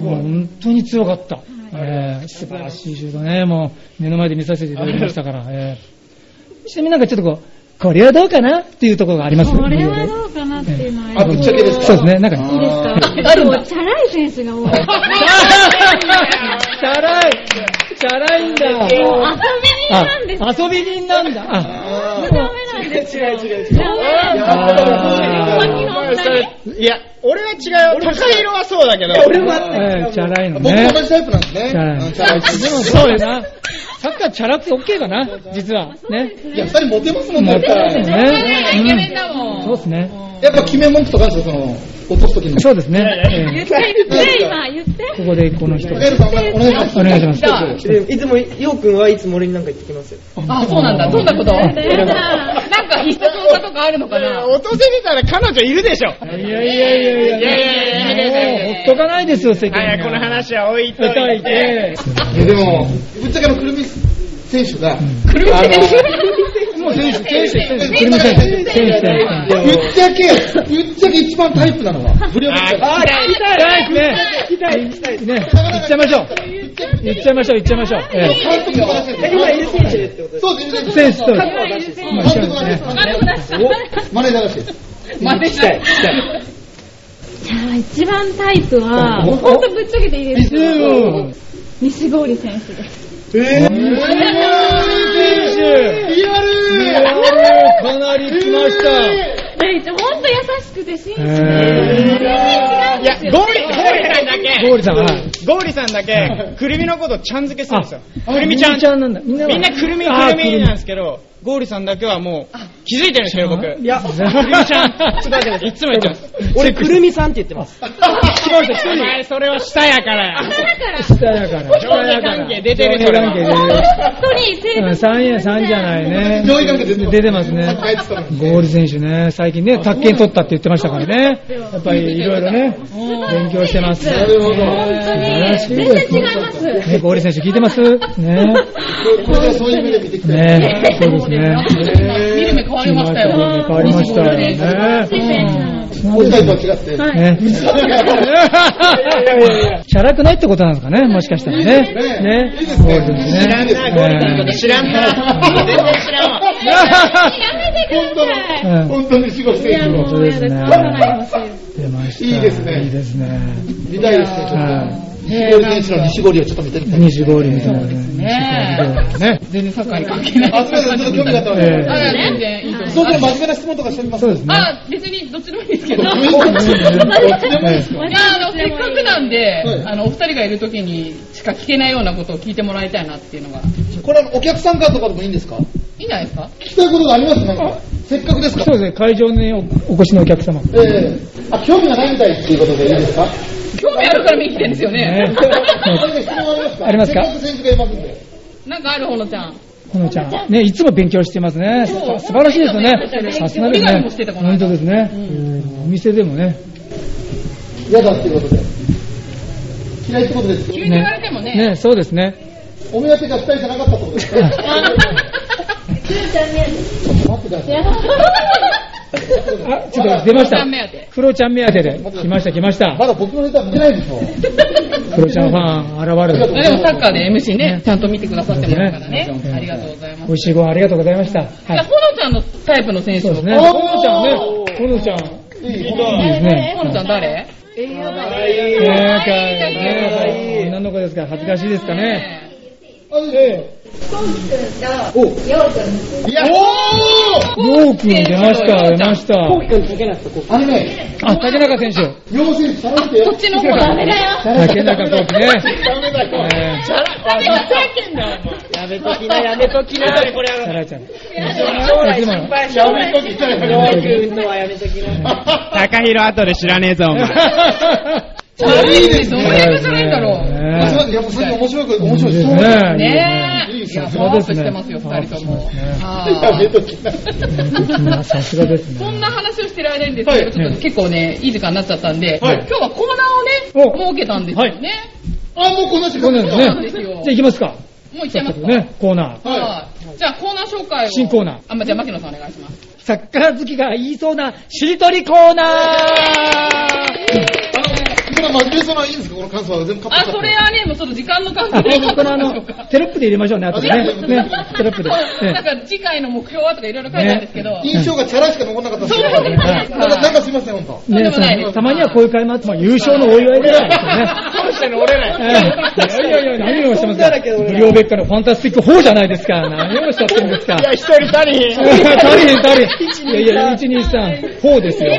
[SPEAKER 4] もう本当に強かった。えー素晴らしいシュートね、もう、目の前で見させていただきましたから。えーちなみになんかちょっとこう、これはどうかなっていうところがあります
[SPEAKER 5] これはどうかなっていうのは
[SPEAKER 3] あ、ぶっちゃけですか
[SPEAKER 4] そうですね、なんか。
[SPEAKER 5] いいですかあでも、チャラい選手が多い。
[SPEAKER 4] チャラいチャラいんだ
[SPEAKER 5] もう遊び人なんですよ。
[SPEAKER 4] あ、遊び人なんだ。あ、
[SPEAKER 5] ダメなんですよ。違う違う違う。ダメ
[SPEAKER 4] あー
[SPEAKER 5] なんですよ。
[SPEAKER 6] いや、俺は違うよ。高色はそうだけど。
[SPEAKER 3] 俺もあった
[SPEAKER 4] えーチャラいの
[SPEAKER 3] 僕
[SPEAKER 4] ね。
[SPEAKER 3] も同じタイプなんですね。
[SPEAKER 4] チャラい
[SPEAKER 3] うんチャラいし。でも、
[SPEAKER 4] そうやな。サッカーチャラくて OK かな、実は。ね。
[SPEAKER 3] いや、二人モテますもんね。
[SPEAKER 4] モテますよね
[SPEAKER 2] イケメンだもん。
[SPEAKER 4] そうですね。
[SPEAKER 3] やっぱ決め文句とかあるんですよ、その、落とすときに。
[SPEAKER 4] そうですね。え
[SPEAKER 5] 言って、言って、今、言って。
[SPEAKER 4] えここでこの人。
[SPEAKER 3] エルさん、お願いします。
[SPEAKER 4] お願いします
[SPEAKER 2] じゃあ
[SPEAKER 7] でいつも、ようくんはいつも俺になんか言ってきますよ。
[SPEAKER 2] あ、そうなんだ。どんなこと
[SPEAKER 5] やだや
[SPEAKER 2] な
[SPEAKER 5] だ
[SPEAKER 2] んか必殺技とかあるのか
[SPEAKER 6] [LAUGHS]
[SPEAKER 2] な [LAUGHS]
[SPEAKER 6] 落とせてたら彼女いるでしょ。はい
[SPEAKER 4] やいやいやいやい
[SPEAKER 6] いやいやいや
[SPEAKER 4] もうほっとかないですよ、世間が
[SPEAKER 6] い、この話は置いとい
[SPEAKER 4] 叩い
[SPEAKER 6] て。
[SPEAKER 4] て。
[SPEAKER 3] いやでも、ぶっちゃけのくるみ選手が、
[SPEAKER 2] くるみ選
[SPEAKER 3] もう選手、選手、選手、
[SPEAKER 4] くるみ選手、選手
[SPEAKER 3] ぶっちゃけ、ぶっちゃけ一番タイプなのは、不良ぶっちゃ
[SPEAKER 4] あら、痛いね。痛い、痛い。ね、行っちゃいましょう。行っちゃいましょう、行っちゃいましょう。え
[SPEAKER 3] け。監督が出してる。そうです、
[SPEAKER 4] え
[SPEAKER 3] 選
[SPEAKER 4] 選手と、
[SPEAKER 3] 手。監督が出してる。マネージャーが出してる。
[SPEAKER 2] 手。待てない。
[SPEAKER 5] じゃあ、一番タイプは、ほんとぶっちゃけていいですか
[SPEAKER 4] うん
[SPEAKER 5] 西郡選手です。
[SPEAKER 3] え
[SPEAKER 4] 選手
[SPEAKER 3] リアル
[SPEAKER 4] おーかなり来ました。
[SPEAKER 5] 第一、ほんと優しくて、真摯で。
[SPEAKER 4] へ
[SPEAKER 6] いや、ゴーリ、ゴーリさんだ
[SPEAKER 4] ゴーリさんはい。
[SPEAKER 6] け、ゴーリさんだけ、くるみのことちゃん付けするんですよ。
[SPEAKER 4] あ
[SPEAKER 6] くるみちゃん。
[SPEAKER 4] ちゃんなんだ。みんな
[SPEAKER 6] みんなくるみく
[SPEAKER 4] あー
[SPEAKER 6] るみなんですけど、ゴーリさんだけはもう、気づいてるんですよ、僕。
[SPEAKER 4] いや、
[SPEAKER 6] くるみちゃん。ちょっと待ってください。いつも言ってます。
[SPEAKER 7] 俺、くるみさんって言ってます。
[SPEAKER 6] 違う人、一人。お前、それは下やからや。
[SPEAKER 5] 下だから。
[SPEAKER 4] 下やから。
[SPEAKER 6] 上下関係出てる
[SPEAKER 4] 上下関係出てる
[SPEAKER 5] 本当に生
[SPEAKER 4] うん
[SPEAKER 5] 活。
[SPEAKER 4] 三円三じゃないね。
[SPEAKER 3] 上位関係出てます
[SPEAKER 4] 出てますね
[SPEAKER 3] 帰ってたの。に
[SPEAKER 4] ゴール選手ね、最近ね、卓球取ったって言ってましたからね。やっぱりいろいろね、勉強してます。
[SPEAKER 5] な
[SPEAKER 3] るほど
[SPEAKER 5] 本当に。全然違います。
[SPEAKER 4] ね、ゴール選手聞いてますね。
[SPEAKER 3] これからそういう目で見てきたよ
[SPEAKER 4] ね、そうですね。
[SPEAKER 2] 見る目変わりましたよ。
[SPEAKER 4] 変わりましたよね。
[SPEAKER 3] お時代とは違って。
[SPEAKER 5] はい。
[SPEAKER 4] ね。チャラくないってことなんですかね、もしかしたらね。ね。ゴール選手ね。
[SPEAKER 3] 知らんです
[SPEAKER 4] ね
[SPEAKER 3] ゴー
[SPEAKER 2] [LAUGHS]
[SPEAKER 3] ル選手
[SPEAKER 6] 知らんな。全然知らんわ。
[SPEAKER 5] やめてください。
[SPEAKER 4] うん
[SPEAKER 3] 本当に死後している
[SPEAKER 5] も
[SPEAKER 4] 本当ですね出ました。
[SPEAKER 3] いいですね
[SPEAKER 4] いいですね。
[SPEAKER 3] 見たいですね、ちょ
[SPEAKER 4] は
[SPEAKER 3] っと。西堀選手の西堀をちょっと見てみ
[SPEAKER 4] い。
[SPEAKER 3] たい。
[SPEAKER 4] 西郷里みたいなね。ね。
[SPEAKER 2] 全然サッカーに関係ない。
[SPEAKER 3] あ、そうですね、ちょっと興味があったの
[SPEAKER 4] ええ
[SPEAKER 3] で。
[SPEAKER 2] あ全然いいと
[SPEAKER 3] そ
[SPEAKER 2] 思う。
[SPEAKER 3] うそう、真面目な質問とかしてみます
[SPEAKER 4] そうですね。
[SPEAKER 2] あ、別にどっちでもいいですけど。
[SPEAKER 3] どっ
[SPEAKER 2] い
[SPEAKER 3] ちでもいいですか
[SPEAKER 2] や、あの、せっかくなんで
[SPEAKER 3] はい、
[SPEAKER 2] あの、お二人がいる時にしか聞けないようなことを聞いてもらいたいなっていうのが、い
[SPEAKER 3] これはお客さんからとかでもいいんですか
[SPEAKER 2] いんじゃないですか
[SPEAKER 3] 聞きたいことがありますなんか。せっかくですか
[SPEAKER 4] そうですね、会場におお越しのお客様。
[SPEAKER 3] ええあ、興味がないみたいっていうことでいいですか
[SPEAKER 2] 興味あるから見に来てるんですよね
[SPEAKER 4] ね。
[SPEAKER 3] 何か質問ありますか
[SPEAKER 4] ありますか
[SPEAKER 3] せっく選手がいますんで。
[SPEAKER 2] [LAUGHS] なんかあるほのちゃん。
[SPEAKER 4] このちゃん。ね、いつも勉強してますね。素
[SPEAKER 2] そう
[SPEAKER 4] 晴らしいですよね。さすがです
[SPEAKER 2] お手紙もして
[SPEAKER 4] ね
[SPEAKER 2] た。この間
[SPEAKER 4] 本当ですね。お店でもね。
[SPEAKER 3] 嫌だっていうことで。嫌いってことです。
[SPEAKER 2] 急に言われてもね。
[SPEAKER 4] ね、そうですね。
[SPEAKER 3] お目当てが二人じゃなかったってことですね。待ってください。
[SPEAKER 4] あ、ちょっと出まし
[SPEAKER 2] お
[SPEAKER 4] た
[SPEAKER 2] 茶。目当て。
[SPEAKER 4] クロちゃん目当てで。来ました、来ました
[SPEAKER 3] ま。だ僕のネタ見てないでしょ。
[SPEAKER 4] クロちゃんファン、現れる。
[SPEAKER 2] [LAUGHS] でもサッカーで MC ね、ちゃんと見てくださってますからね
[SPEAKER 4] そうです。ね
[SPEAKER 2] ありがとうございます
[SPEAKER 4] 美。味しいご飯ありがとうございました。
[SPEAKER 2] い
[SPEAKER 4] は
[SPEAKER 2] や
[SPEAKER 4] い。
[SPEAKER 2] ほのちゃんのタイプの選手
[SPEAKER 4] そう
[SPEAKER 2] も
[SPEAKER 4] ですね。
[SPEAKER 3] おー
[SPEAKER 4] このちゃんね。このちゃん。い
[SPEAKER 3] いい、この
[SPEAKER 4] いですね。
[SPEAKER 2] ほのちゃん誰
[SPEAKER 4] ねえ、
[SPEAKER 2] 可
[SPEAKER 4] かねえ女の子ですから恥ずかしいですかね。
[SPEAKER 3] あええ。いや、お
[SPEAKER 4] ようくん出ました、出ました。
[SPEAKER 3] ーあのね、
[SPEAKER 4] あ、竹中選手。
[SPEAKER 3] 両選手頼んで。
[SPEAKER 2] こっちの方だね。
[SPEAKER 4] 竹中コーチ
[SPEAKER 3] ダ
[SPEAKER 4] ね。
[SPEAKER 3] メだよ。
[SPEAKER 4] ね
[SPEAKER 6] やめときな、やめときな。これ
[SPEAKER 4] え、
[SPEAKER 6] は、
[SPEAKER 4] タラちゃん。
[SPEAKER 6] 将来心配しよう。高弘後で知らねえぞ、お前。
[SPEAKER 2] チャリーズどういうことないんだろ
[SPEAKER 3] あすいませんやっ
[SPEAKER 4] ね
[SPEAKER 3] ぱそれ面白く、面白い。そうです
[SPEAKER 2] う。
[SPEAKER 4] え。
[SPEAKER 2] ねえ。
[SPEAKER 3] いい
[SPEAKER 2] い
[SPEAKER 3] さ
[SPEAKER 2] や、
[SPEAKER 4] す
[SPEAKER 2] パワ
[SPEAKER 4] が
[SPEAKER 2] ーア
[SPEAKER 4] で
[SPEAKER 2] ッ
[SPEAKER 4] す
[SPEAKER 2] プ
[SPEAKER 4] ね
[SPEAKER 2] してますよ、二人とも
[SPEAKER 4] パワーアップしてますね。
[SPEAKER 2] あ
[SPEAKER 3] やめときな。
[SPEAKER 4] ね。さすがです
[SPEAKER 2] ー
[SPEAKER 4] ね。
[SPEAKER 2] そんな話をしてる間にですね、
[SPEAKER 3] はい
[SPEAKER 2] ちょっと結構ね、いい時間になっちゃったんで、今
[SPEAKER 3] はい
[SPEAKER 2] 日はコーナーをね、
[SPEAKER 4] お
[SPEAKER 2] 設けたんですよね。
[SPEAKER 3] あ、もうこんな時
[SPEAKER 4] こ
[SPEAKER 3] 間
[SPEAKER 4] んなんですね。じ
[SPEAKER 2] そうなんですよ
[SPEAKER 4] ゃあ行きますか。
[SPEAKER 2] もう行っちゃいますか。
[SPEAKER 4] ね、コーナー。
[SPEAKER 3] は
[SPEAKER 2] はいじゃあコーナー紹介を。
[SPEAKER 4] 新コーナー
[SPEAKER 2] あ、まあじゃあ牧野さんお願いします。
[SPEAKER 4] サッカー好きが言いそうな、しりとりコーナ
[SPEAKER 3] あの、
[SPEAKER 4] ー
[SPEAKER 3] 今真面目そうないいんですかこの感想は全部カッ
[SPEAKER 2] あ、
[SPEAKER 3] ト
[SPEAKER 2] それはね、もうちょっと時間の関係で
[SPEAKER 4] このあの、テロップで入れましょうね、後でね。ね、テロップで。
[SPEAKER 2] な
[SPEAKER 4] ね
[SPEAKER 2] んか次回の目標はとかいろいろ書いてあるんですけど。
[SPEAKER 3] 印象がチャラしか残んなかったんです
[SPEAKER 2] そう
[SPEAKER 3] け
[SPEAKER 2] な
[SPEAKER 3] ど
[SPEAKER 2] んです
[SPEAKER 4] は
[SPEAKER 2] ね
[SPEAKER 4] い
[SPEAKER 3] なんかなんかすいません、本
[SPEAKER 2] ん
[SPEAKER 4] ね
[SPEAKER 2] でもないです
[SPEAKER 4] たまにはこういう会もあっても優勝のお祝いぐらいですよね。
[SPEAKER 6] どうしたの折れ
[SPEAKER 4] いやいやいや、何をしてますか。ブリオベッカのファンタスティック4じゃないですか。何をしちゃってるんですか。
[SPEAKER 6] いや、一人足りへん。
[SPEAKER 4] 足りへん足りへん。いやいや、1、2、3、4ですよ、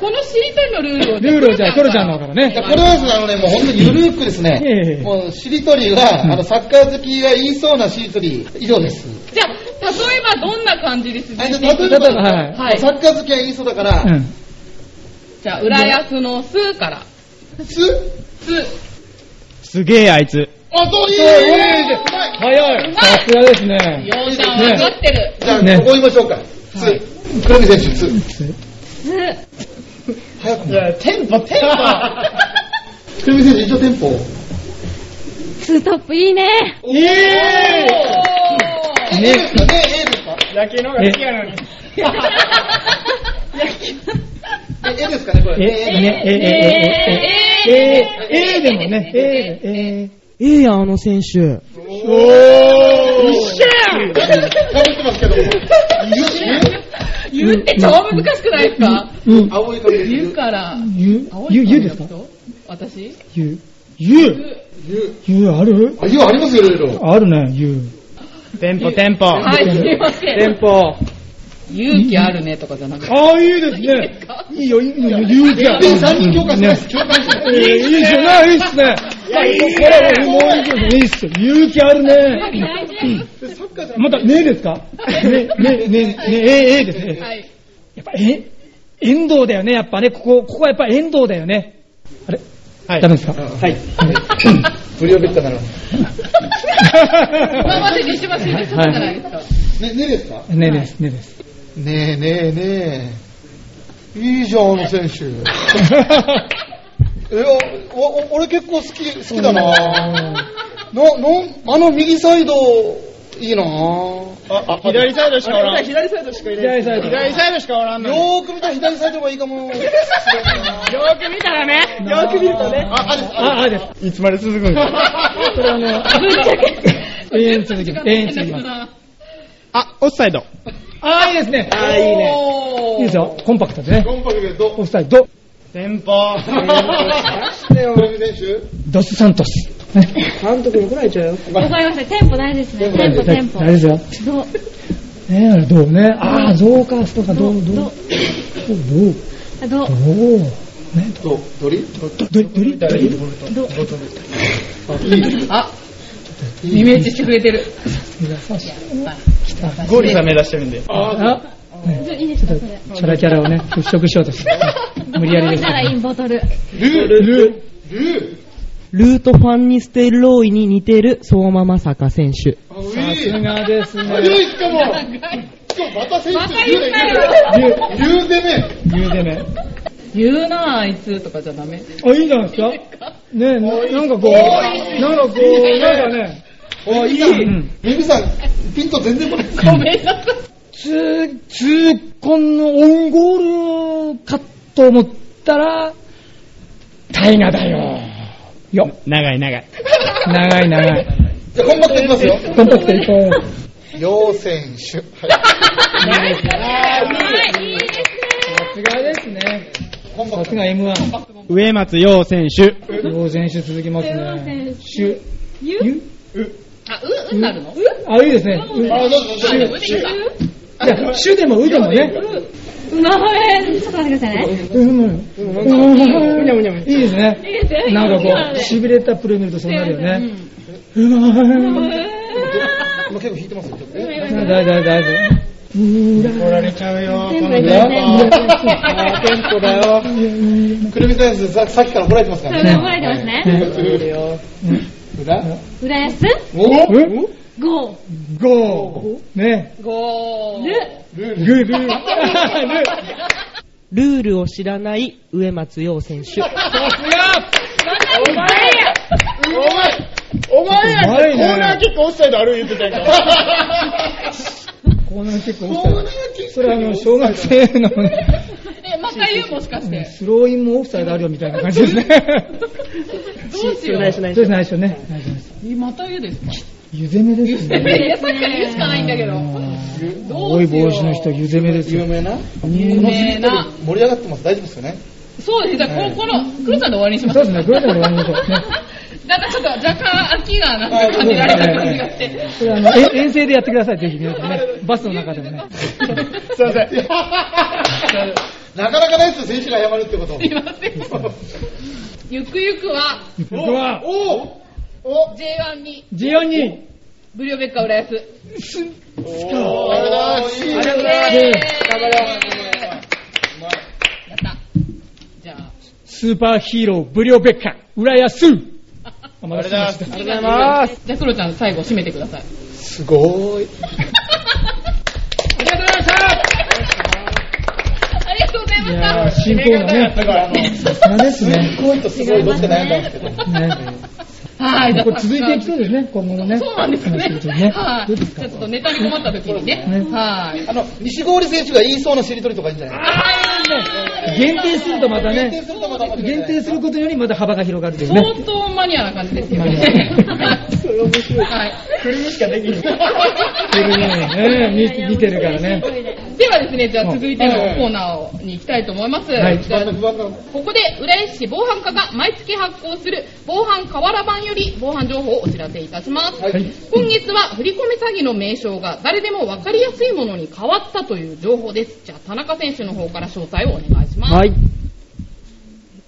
[SPEAKER 2] このしりとりのルールを
[SPEAKER 4] 4。ルールをじゃあ、キョロちゃんの方から
[SPEAKER 3] 当。じゃ
[SPEAKER 4] ね。
[SPEAKER 3] あこれはですね、あのね、もう本当にゆるーくです
[SPEAKER 4] いえいえ
[SPEAKER 3] ね、もうしりとりは、あの、サッカー好きが言いそうなしりとり以上です。
[SPEAKER 2] じゃあ、例えばどんな感じで進んで
[SPEAKER 3] あ
[SPEAKER 2] い
[SPEAKER 3] じ
[SPEAKER 2] く
[SPEAKER 3] ゃあ例え
[SPEAKER 4] 例え
[SPEAKER 3] ば、
[SPEAKER 4] ば、はい。
[SPEAKER 2] はい
[SPEAKER 3] サッカー好きは言いそうだから、
[SPEAKER 4] うん。
[SPEAKER 2] じゃあ、浦安のすから。
[SPEAKER 3] す
[SPEAKER 2] す。
[SPEAKER 6] すげえ、あいつ。
[SPEAKER 3] あ、そういう
[SPEAKER 4] そう
[SPEAKER 3] う
[SPEAKER 4] いう
[SPEAKER 3] まい
[SPEAKER 4] 早い。さすがですね。
[SPEAKER 2] ようちゃんわかってる。
[SPEAKER 3] じゃあ、
[SPEAKER 4] ね
[SPEAKER 3] ここ言いましょうか。す黒木選手、す早くも。
[SPEAKER 6] テンポ、テン
[SPEAKER 3] 黒木選手、一応テンポを。
[SPEAKER 5] ツートップいいね。
[SPEAKER 6] ポ。イ
[SPEAKER 2] お
[SPEAKER 6] エ
[SPEAKER 2] ー
[SPEAKER 3] え、A ですかね ?A ですか
[SPEAKER 6] ーイ野球の方が好きやのに。
[SPEAKER 3] え ?A ですかねこ
[SPEAKER 4] え、え、
[SPEAKER 3] れ。
[SPEAKER 4] え、え、え、え、え、え、えでもね、え、
[SPEAKER 7] ええやん、あの選手。
[SPEAKER 4] 一緒
[SPEAKER 3] 頑張ってますけど。ゆ
[SPEAKER 2] 言って超難しくないですか
[SPEAKER 4] やうん。
[SPEAKER 3] 青い髪で
[SPEAKER 2] 言
[SPEAKER 3] ゆ
[SPEAKER 2] うから。
[SPEAKER 4] ゆ、
[SPEAKER 2] 青い
[SPEAKER 4] ゆ、
[SPEAKER 2] 髪
[SPEAKER 4] ゆですか
[SPEAKER 2] の人私
[SPEAKER 4] ゆ、ゆ、
[SPEAKER 3] ゆ
[SPEAKER 4] ゆある
[SPEAKER 3] あ、ゆありますよ、いろいろ。
[SPEAKER 4] あるね、ゆ。
[SPEAKER 6] テンポ、テンポ。
[SPEAKER 2] はい、すいません。
[SPEAKER 6] ポ。
[SPEAKER 2] 勇気あるねとかじゃなくて。
[SPEAKER 4] ああ、いいですね。いいよ、いいよ、勇気ある。
[SPEAKER 3] で、三人強化します。強化します。
[SPEAKER 4] いいですね、いいっすね。これ、もういいですね、いいっすよ。勇気あるね。
[SPEAKER 3] でサッカーじゃなくて
[SPEAKER 4] また、ねえですかね、ね、ね、ね、え、えですね。
[SPEAKER 2] はい。
[SPEAKER 4] やっぱ、え遠藤だよね、やっぱね。ここ、ここはやっぱ遠藤だよね。あれ
[SPEAKER 6] はい
[SPEAKER 4] ダメですか
[SPEAKER 3] [LAUGHS] はい。振りをべったから。ね、
[SPEAKER 2] 今までで一番集中してたじゃないですか。
[SPEAKER 3] ねですか
[SPEAKER 4] ねえです、ねえです。
[SPEAKER 3] ねえねえねえ。いいじゃん、あの選手。え、おお俺結構好き、好きだ [LAUGHS] なの、の、あの右サイド、いいな
[SPEAKER 6] あ左サイドしかおらん。
[SPEAKER 3] 左サイドしかい
[SPEAKER 4] 左サイド。
[SPEAKER 6] 左サイドしかおらんのに。よ
[SPEAKER 3] よーく見たら左サイドがいい [LAUGHS] かも。
[SPEAKER 6] ーく見たらね。
[SPEAKER 3] よく見るとね。あ、あれ、あ
[SPEAKER 4] あ、あです。
[SPEAKER 6] いつまで続くんか。
[SPEAKER 4] それはもう、永遠に続きます。永遠に続きます。
[SPEAKER 6] あ、オフサイド。
[SPEAKER 4] あー、いいですね。
[SPEAKER 7] あ、いいね。
[SPEAKER 4] いいですよ。コンパクトでね。
[SPEAKER 3] コンパクトでど
[SPEAKER 4] オフサイド、
[SPEAKER 6] 先 [LAUGHS] 方。
[SPEAKER 3] ういう選
[SPEAKER 4] ドスサントス。ね
[SPEAKER 7] 監督怒られちゃうよ。
[SPEAKER 5] わかりました。テンポ大事ですね。テンポ、テンポ。
[SPEAKER 4] 大事ですよ。
[SPEAKER 5] どう
[SPEAKER 4] ねえ、どうね。あー、ゾウカースとか、どう、どう、どう、
[SPEAKER 5] あど
[SPEAKER 4] ど
[SPEAKER 5] う
[SPEAKER 4] う、ね、
[SPEAKER 3] 手と、鳥
[SPEAKER 4] ドリ、ドリ、ドリ、
[SPEAKER 5] どう
[SPEAKER 2] あ、イメージしてくれてる。
[SPEAKER 6] ゴリが目指してるんで。
[SPEAKER 4] あ、
[SPEAKER 5] どういいですか、それ。
[SPEAKER 4] チャラキャラをね、払拭しようとして。無理やり
[SPEAKER 5] どう
[SPEAKER 4] で
[SPEAKER 5] し
[SPEAKER 4] す
[SPEAKER 5] た。らいいボトル。
[SPEAKER 7] ルートファンニステロイに似てる相馬正香選手。
[SPEAKER 4] さすがですね。
[SPEAKER 3] しかも、また選手
[SPEAKER 2] また言ったよ。
[SPEAKER 3] 言うてね。
[SPEAKER 4] 言うてね。
[SPEAKER 2] 言うなあいつとかじゃダメ。
[SPEAKER 4] あ、いいんじゃないですかねえ、ななんかこう、なんかこう、なんかね、
[SPEAKER 3] おいい
[SPEAKER 4] うん
[SPEAKER 3] ミミさん、ピント全然こない。
[SPEAKER 2] ごめんなさい。
[SPEAKER 4] 痛、痛恨のオンゴールかと思ったら、タイガだよ。よ。
[SPEAKER 6] 長い長い。
[SPEAKER 4] 長い長い。
[SPEAKER 3] じゃあ、コンパクトいきますよ。
[SPEAKER 4] コンパクトいこう。
[SPEAKER 3] 両選手。
[SPEAKER 2] はい。
[SPEAKER 4] さすがですね。
[SPEAKER 3] コンパ
[SPEAKER 4] さ
[SPEAKER 3] ク
[SPEAKER 4] すが M1。
[SPEAKER 6] 植松陽選手。
[SPEAKER 4] 両選手続きますね。シュ。ゆ
[SPEAKER 2] あ、う、うになるのう
[SPEAKER 4] あ、いいですね。う
[SPEAKER 3] あ、そうそうそう。
[SPEAKER 2] うでか。
[SPEAKER 4] いや、シュでもうでもね。
[SPEAKER 5] うまい。ちょっと待ってくださいね。
[SPEAKER 4] うん。うん。いいですね。
[SPEAKER 5] いいですよ。
[SPEAKER 4] なんかこう、
[SPEAKER 5] う。
[SPEAKER 4] 痺れたプレー見るとそうなるよね。うまい。
[SPEAKER 3] 今結構弾いてますよ。ちょっとね
[SPEAKER 4] 大丈夫、大丈
[SPEAKER 6] 取られちゃうよ。
[SPEAKER 5] テンポ
[SPEAKER 3] い
[SPEAKER 5] いい
[SPEAKER 3] や
[SPEAKER 5] ね。
[SPEAKER 3] ーテンポだよ。くるみ選手さ、さっきから怒られてますか
[SPEAKER 5] そ
[SPEAKER 3] らね。
[SPEAKER 5] れで覚えてますね。
[SPEAKER 3] 裏
[SPEAKER 5] 浦安、
[SPEAKER 3] お
[SPEAKER 4] 夫。うん
[SPEAKER 5] ゴ
[SPEAKER 4] ゴー。ね。
[SPEAKER 2] ご
[SPEAKER 5] ー、
[SPEAKER 2] ー。
[SPEAKER 5] ル、
[SPEAKER 4] グーグー。ルー。
[SPEAKER 7] ルールを知らない植松陽選手。
[SPEAKER 2] お前や
[SPEAKER 6] お前ら
[SPEAKER 4] うまいね
[SPEAKER 6] コーナーキックオフサイドある言ってたん
[SPEAKER 3] [LAUGHS]
[SPEAKER 6] や。
[SPEAKER 4] コーナーキックオフサイド。それはあの、小学生のね、
[SPEAKER 2] え、また言うもしかして。
[SPEAKER 4] スローインもオフサイドあるよみたいな感じですね。
[SPEAKER 2] どうしよう。
[SPEAKER 4] そうですね、内緒ね。内緒です。
[SPEAKER 2] えまた言うですか
[SPEAKER 4] ゆぜめですね。
[SPEAKER 2] え、さっきから言うしかないんだけど。
[SPEAKER 4] 青い帽子の人、ゆぜめです
[SPEAKER 3] 有
[SPEAKER 4] よ。
[SPEAKER 3] 名な
[SPEAKER 2] 有名な。
[SPEAKER 3] 盛り上がってます。大丈夫ですよね。
[SPEAKER 2] そうですね。じゃあ、ここの、クルさんで終わりにします。
[SPEAKER 4] そうですね、グーで終わりましょう。ね。
[SPEAKER 2] なんかちょっと若干秋がなんか感じられた感じがして。
[SPEAKER 4] これあの、え遠征でやってください、ぜひ皆さんね。バスの中でもね。
[SPEAKER 6] すいません。
[SPEAKER 3] なかなかないですよ、選手が謝るってこと。
[SPEAKER 2] すいません。ゆくゆくは
[SPEAKER 4] 僕は、
[SPEAKER 3] お
[SPEAKER 2] J1 に
[SPEAKER 4] ジオに、
[SPEAKER 2] ブリオベッカ浦安。
[SPEAKER 3] おありがとうございます。
[SPEAKER 4] イエーイ
[SPEAKER 2] 頑張ろう。やった。じゃあ、
[SPEAKER 4] スーパーヒーロー、ブリオベッカ、浦安。お待たせしました。
[SPEAKER 2] ありがとうございます。じゃあ、クロちゃん最後締めてください。
[SPEAKER 3] すごーい。
[SPEAKER 2] ありがとうございました。ありがとうござい
[SPEAKER 4] いや
[SPEAKER 2] ま
[SPEAKER 4] ー、
[SPEAKER 2] した。
[SPEAKER 4] 新コーナーね。さすがですね。
[SPEAKER 3] すごいとすごいどっちか悩んだんですけど。
[SPEAKER 4] ね。
[SPEAKER 2] はい、じゃあ
[SPEAKER 4] これ続いていきそうですね、今後のね。
[SPEAKER 2] そうなんです
[SPEAKER 4] 話
[SPEAKER 2] ね
[SPEAKER 4] をすると。ね
[SPEAKER 2] はい。
[SPEAKER 4] どう
[SPEAKER 2] じ
[SPEAKER 4] で
[SPEAKER 2] ゃ
[SPEAKER 4] すか
[SPEAKER 2] あちょっとネタに困った時にね。
[SPEAKER 4] ね
[SPEAKER 2] はい。
[SPEAKER 3] あの、西郡選手が言いそうなしりとりとかいいんじゃない
[SPEAKER 4] 限定するとまた
[SPEAKER 3] 限定
[SPEAKER 4] ね、
[SPEAKER 3] するとまた面白い
[SPEAKER 4] 限定することよりまた幅が広がるというね。
[SPEAKER 2] 相当マニアな感じですよね。それ面白い。
[SPEAKER 4] [LAUGHS]
[SPEAKER 2] はい。
[SPEAKER 4] てるね。ね見見てるからね。
[SPEAKER 2] ではですね、じゃあ続いてのコーナーに行きたいと思います。
[SPEAKER 4] はい
[SPEAKER 2] じゃあここで浦安市防犯課が毎月発行する防犯河原版より防犯情報をお知らせいたします。
[SPEAKER 4] はい。
[SPEAKER 2] 今月は振り込め詐欺の名称が誰でも分かりやすいものに変わったという情報です。じゃあ田中選手の方から詳細をお願いします。
[SPEAKER 7] はい。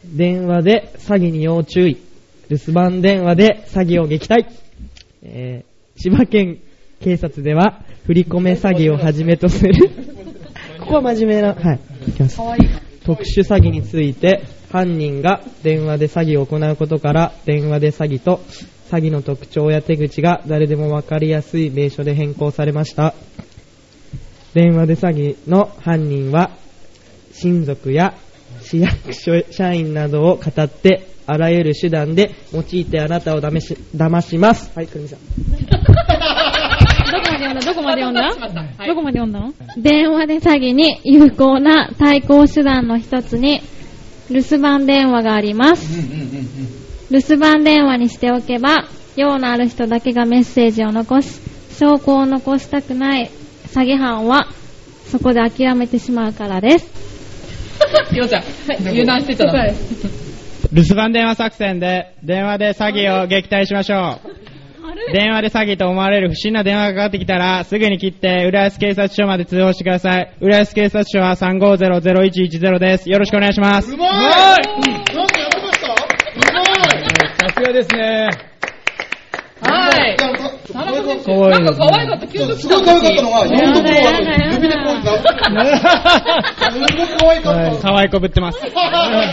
[SPEAKER 7] 電話で詐欺に要注意。留守番電話で詐欺を撃退。えー、千葉県警察では、振り込め詐欺をはじめとする。ここは真面目な、はい。いきます。
[SPEAKER 2] かわいい。
[SPEAKER 7] 特殊詐欺について犯人が電話で詐欺を行うことから電話で詐欺と詐欺の特徴や手口が誰でも分かりやすい名称で変更されました電話で詐欺の犯人は親族や市役所社員などを語ってあらゆる手段で用いてあなたをだめし騙しますはいくるみさん
[SPEAKER 5] どこまで読んだどこまで読んだ
[SPEAKER 2] はい
[SPEAKER 5] どこまで読んだの電話で詐欺に有効な対抗手段の一つに、留守番電話があります。留守番電話にしておけば、用のある人だけがメッセージを残し、証拠を残したくない詐欺犯は、そこで諦めてしまうからです。
[SPEAKER 2] よっしゃ、はい油断してたら。
[SPEAKER 6] 留守番電話作戦で、電話で詐欺を撃退しましょう。電話で詐欺と思われる不審な電話がかかってきたら、すぐに切って、浦安警察署まで通報してください。浦安警察署は350-0110です。よろしくお願いします。
[SPEAKER 3] うまいなんかやめましたう
[SPEAKER 4] さすがです
[SPEAKER 2] [LAUGHS]
[SPEAKER 4] ね。
[SPEAKER 3] ま
[SPEAKER 2] はい
[SPEAKER 3] い。やな
[SPEAKER 2] 田
[SPEAKER 3] んか
[SPEAKER 2] 中選
[SPEAKER 4] かわ
[SPEAKER 2] 手、
[SPEAKER 4] いい
[SPEAKER 2] なんか可愛かった、急
[SPEAKER 3] そう
[SPEAKER 2] 速
[SPEAKER 3] すごい可愛かったのが、指のところは指でこうなすごい可愛かった。
[SPEAKER 6] 可愛いこぶってます。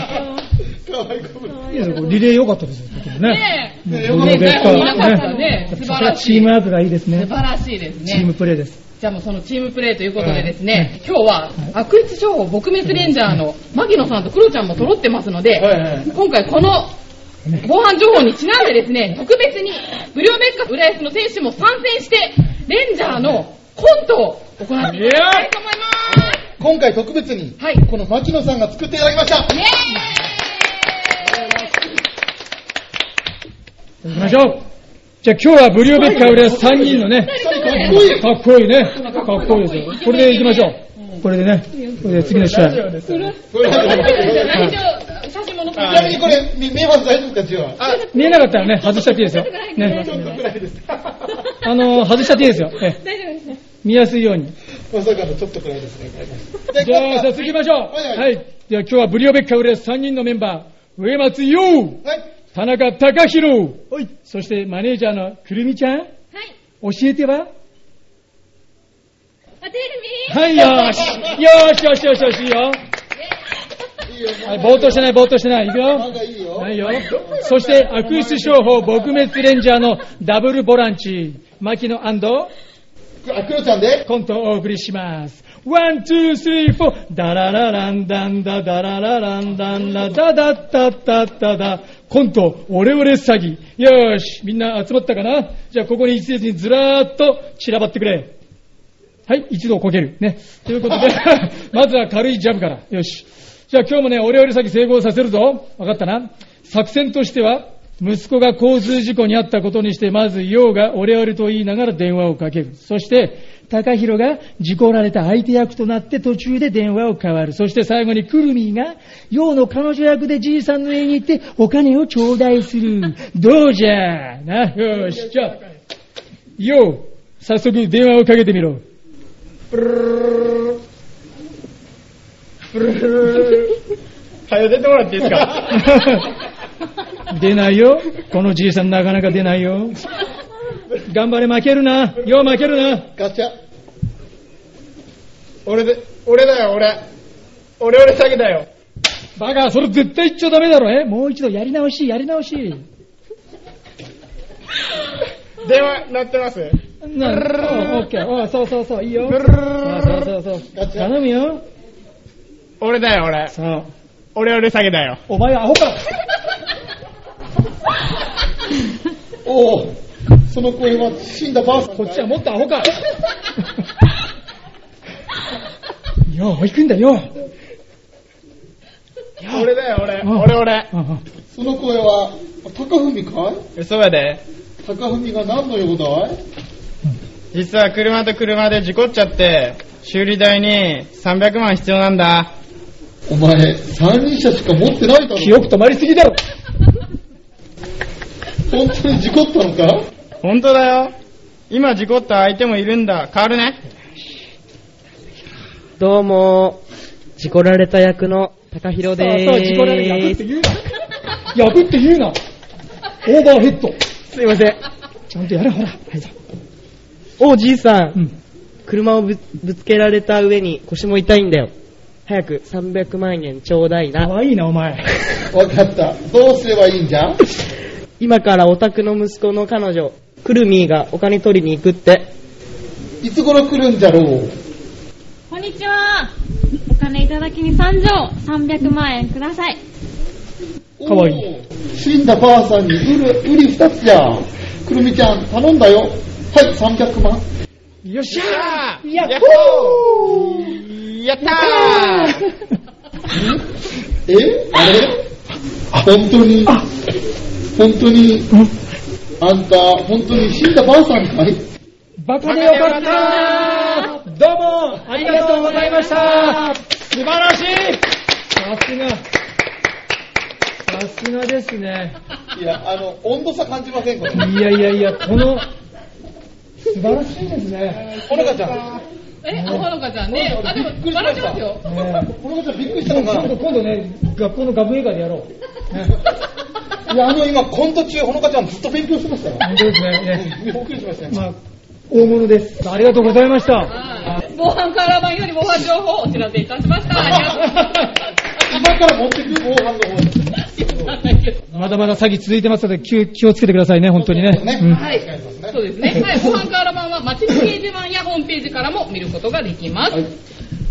[SPEAKER 3] 可愛いかぶり
[SPEAKER 4] いいですねこれリレー良かったですよ、とてもね。
[SPEAKER 2] ね
[SPEAKER 3] ね
[SPEAKER 4] もう
[SPEAKER 3] ね
[SPEAKER 4] どうですか
[SPEAKER 2] ね良かったね素晴らしい
[SPEAKER 4] チームワークがいいです
[SPEAKER 2] 素
[SPEAKER 4] ね
[SPEAKER 2] 晴。らしいです
[SPEAKER 4] チーム
[SPEAKER 2] ね。
[SPEAKER 4] プレーです。
[SPEAKER 2] じゃあもうそのチームプレーということでですね、今日は悪質商法撲滅レンジャーの牧野さんとクロちゃんも揃ってますので、今回この防犯情報にちなんでですね、特別に無料メッカ浦安の選手も参戦して、レンジャーのコントを行っていただきたいと思います。
[SPEAKER 3] 今回特別に、
[SPEAKER 2] はい。
[SPEAKER 3] この牧野さんが作っていただきました。
[SPEAKER 2] ね
[SPEAKER 4] 行きましょう。じゃあ今日はブリオベッカー浦安3人のね、
[SPEAKER 3] かっこいい
[SPEAKER 4] かっこいいね。かっこいいですよ。これで行きましょう。これでね、これで次の試合。
[SPEAKER 2] え。大丈夫写真も
[SPEAKER 3] ち
[SPEAKER 2] 残
[SPEAKER 3] な
[SPEAKER 2] っ
[SPEAKER 3] み
[SPEAKER 2] て
[SPEAKER 3] にこれ、み名番大丈夫ですよ。あ、
[SPEAKER 4] 見えなかったらね、外しちゃっていいですよ。ね。
[SPEAKER 3] ぐらいです。ま
[SPEAKER 4] あのー、外しちゃっていいですよ。ええ見やすいように。
[SPEAKER 3] さかのちょっとくらいですね。
[SPEAKER 4] じゃあ、早速行きましょう。
[SPEAKER 3] はいはい
[SPEAKER 4] はい。じゃあ、今日はブリオベッカ浦安3人のメンバー、上松優、
[SPEAKER 3] はい。
[SPEAKER 4] 田中隆弘、そしてマネージャーのくるみちゃん、
[SPEAKER 5] はい。
[SPEAKER 4] 教えては
[SPEAKER 5] 当てるみ
[SPEAKER 4] はい、よーし。よーし、よし、よし、よし、いいよ。
[SPEAKER 3] いいよ。
[SPEAKER 4] はい、ぼーっとしてない、ぼーっとしてない。いく
[SPEAKER 3] なん
[SPEAKER 4] よ。
[SPEAKER 3] かいいよ。
[SPEAKER 4] はいよ。そして、悪質商法撲滅レンジャーのダブルボランチ、牧野
[SPEAKER 3] あ、黒ちゃんで。
[SPEAKER 4] コントをお送りします。ワン、ツー、スリー、フォー。ダララランダンダ、ダララランダンダ、ダダッタッタッタダ。コント、オレオレ詐欺。よーし、みんな集まったかなじゃあ、ここに一列にずらーっと散らばってくれ。はい、一度こける。ね。ということで、 [LAUGHS] まずは軽いジャブから。よし。じゃあ今日もね、オレオレ詐欺成功させるぞ。わかったな。作戦としては、息子が交通事故に遭ったことにして、まず、ようがオレオレと言いながら電話をかける。そして、高弘が事故られた相手役となって途中で電話を変わる。そして最後にくるみが、ようの彼女役でじいさんの家に行ってお金を頂戴する。どうじゃな、よし。じゃあ、よう、早速電話をかけてみろ。
[SPEAKER 6] 早出てもらっていいですか
[SPEAKER 4] [LAUGHS] 出ないよ。このじいさんなかなか出ないよ。頑張れ、負けるな。よう負けるな。
[SPEAKER 3] ガチャ。
[SPEAKER 6] 俺で、俺だよ、俺。俺俺詐欺だよ。
[SPEAKER 4] バカ、それ絶対言っちゃダメだろ。えもう一度やり直し、やり直し。
[SPEAKER 6] 電話鳴ってます
[SPEAKER 4] なおオッケー。おそうそうそう、いいよ。そうそうそうそう。頼むよ。
[SPEAKER 6] 俺だよ、俺。
[SPEAKER 4] そう。
[SPEAKER 6] 俺俺詐欺だよ。
[SPEAKER 4] お前はアホか。
[SPEAKER 3] おお。その声は死んだばあさんか
[SPEAKER 4] こ
[SPEAKER 3] い。
[SPEAKER 4] っちはもっとアホか。 [LAUGHS] よう、行くんだよ。
[SPEAKER 6] 俺だよ、俺。
[SPEAKER 4] うん
[SPEAKER 6] 俺俺。
[SPEAKER 4] ああ
[SPEAKER 3] その声は、高文かい
[SPEAKER 6] 嘘やで。
[SPEAKER 3] 高文が何の用だい
[SPEAKER 6] 実は車と車で事故っちゃって、修理代に300万必要なんだ。
[SPEAKER 3] お前、三輪車しか持ってないだろ。
[SPEAKER 4] 記憶止まりすぎだろ。
[SPEAKER 3] 本当に事故ったのか
[SPEAKER 6] 本当だよ。今事故った相手もいるんだ。変わるね。
[SPEAKER 7] どうも事故られた役の高
[SPEAKER 4] そ
[SPEAKER 7] 弘
[SPEAKER 4] うそう、事故られる。破っ
[SPEAKER 7] で
[SPEAKER 4] て
[SPEAKER 7] ーす
[SPEAKER 4] 言う [LAUGHS] な。破って言うな。オーバーヘッド。
[SPEAKER 7] すいません
[SPEAKER 4] ちゃんとやれ、ほら。
[SPEAKER 7] おじいさん
[SPEAKER 4] うん。
[SPEAKER 7] 車をぶぶつけられた上に腰も痛いんだよ
[SPEAKER 8] 早く300万円ちょうだい
[SPEAKER 4] か
[SPEAKER 8] な。
[SPEAKER 4] わいいな、お前。
[SPEAKER 3] わかった。どうすればいいんじゃん
[SPEAKER 8] 今からお宅の息子の彼女、くるみーがお金取りに行くって。
[SPEAKER 3] いつ頃来るんじゃろう
[SPEAKER 5] こんにちは。お金いただきに参上。300万円ください。
[SPEAKER 4] かわいい。
[SPEAKER 3] 死んだばあさんにうる、うり二つじゃん。くるみちゃん、頼んだよ。はい、300万。
[SPEAKER 4] よっしゃー
[SPEAKER 6] やっ
[SPEAKER 3] ほ
[SPEAKER 6] ーやったー
[SPEAKER 3] えあれ本当に、本当に、あんた、本当に死んだばあさんかい
[SPEAKER 4] [LAUGHS] バカでよかったーどうもありがとうございました素晴らしいさすが。さすがですね。
[SPEAKER 3] いや、あの、温度差感じませんこれ。
[SPEAKER 4] いやいやいや、この、素晴らしいですね。
[SPEAKER 3] ほのかちゃん。
[SPEAKER 2] え、あ、ほのかちゃんね。あ、でも、笑ってますよ。
[SPEAKER 4] ね
[SPEAKER 3] ほのかちゃんびっくりし
[SPEAKER 4] え
[SPEAKER 3] たの
[SPEAKER 4] 今
[SPEAKER 3] か
[SPEAKER 4] 度今度ね、学校のガブ映画でやろう。 [LAUGHS]
[SPEAKER 3] いや、あの、今、コント中、ほのかちゃんずっと勉強してましたよ。
[SPEAKER 4] 本当ですね。
[SPEAKER 3] びっくりしました
[SPEAKER 4] ね
[SPEAKER 3] よ。
[SPEAKER 4] まあ、大物です。ありがとうございました。
[SPEAKER 2] はい防犯カラー版より防犯情報をお知らせいたしました。あ
[SPEAKER 3] 今から持ってくる後半の方に。
[SPEAKER 2] りがとうござ [LAUGHS] います。
[SPEAKER 4] まだまだ詐欺続いてますので、気を気をつけてくださいね、本当にね。
[SPEAKER 3] ね。
[SPEAKER 4] うん
[SPEAKER 2] はい。そうですね。はい。防犯カラー版は街の掲示板やホームページからも見ることができます。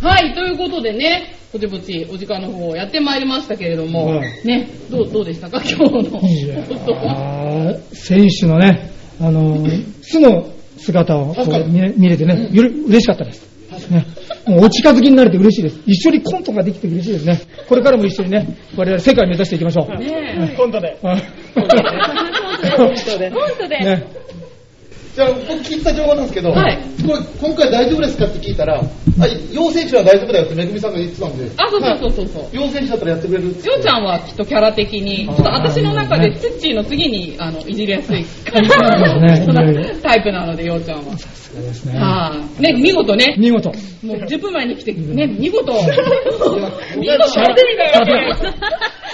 [SPEAKER 2] はい。ということでね、ぼちぼちお時間の方をやってまいりましたけれども、
[SPEAKER 4] はい
[SPEAKER 2] ね、どう、どうでしたか今日の
[SPEAKER 4] いや
[SPEAKER 2] 放送
[SPEAKER 4] [LAUGHS]
[SPEAKER 2] は。
[SPEAKER 4] ー選手のね、あのー素の姿をこ
[SPEAKER 3] 確か
[SPEAKER 4] う
[SPEAKER 3] に
[SPEAKER 4] 見れ見れてね、より嬉しかったです。ね、もうお近づきになれて嬉しいです。一緒にコントができて嬉しいですね。これからも一緒にね、我々世界目指していきましょう。
[SPEAKER 2] ね
[SPEAKER 4] コントで。 [LAUGHS]
[SPEAKER 5] 本当で。
[SPEAKER 4] ね、
[SPEAKER 3] じゃあ、僕聞いた情報なんですけど、
[SPEAKER 2] はい
[SPEAKER 3] これ今回大丈夫ですかって聞いたら、あ陽性者は大丈夫だよってめぐみさんが言ってたんで、
[SPEAKER 2] あ、そうそうそうそう。
[SPEAKER 3] 陽性者だったらやってくれるって。
[SPEAKER 2] ようちゃんはきっとキャラ的に、ちょっと私の中でツッチーの次にあのいじりやす [LAUGHS] い感じ
[SPEAKER 4] そうですね
[SPEAKER 2] の [LAUGHS] タイプなので、ようちゃんは。はい。ね、見事ね、
[SPEAKER 4] 見事。
[SPEAKER 2] もう10分前に来て、ね、 [LAUGHS] 見事、見 [LAUGHS] 事モデルがやって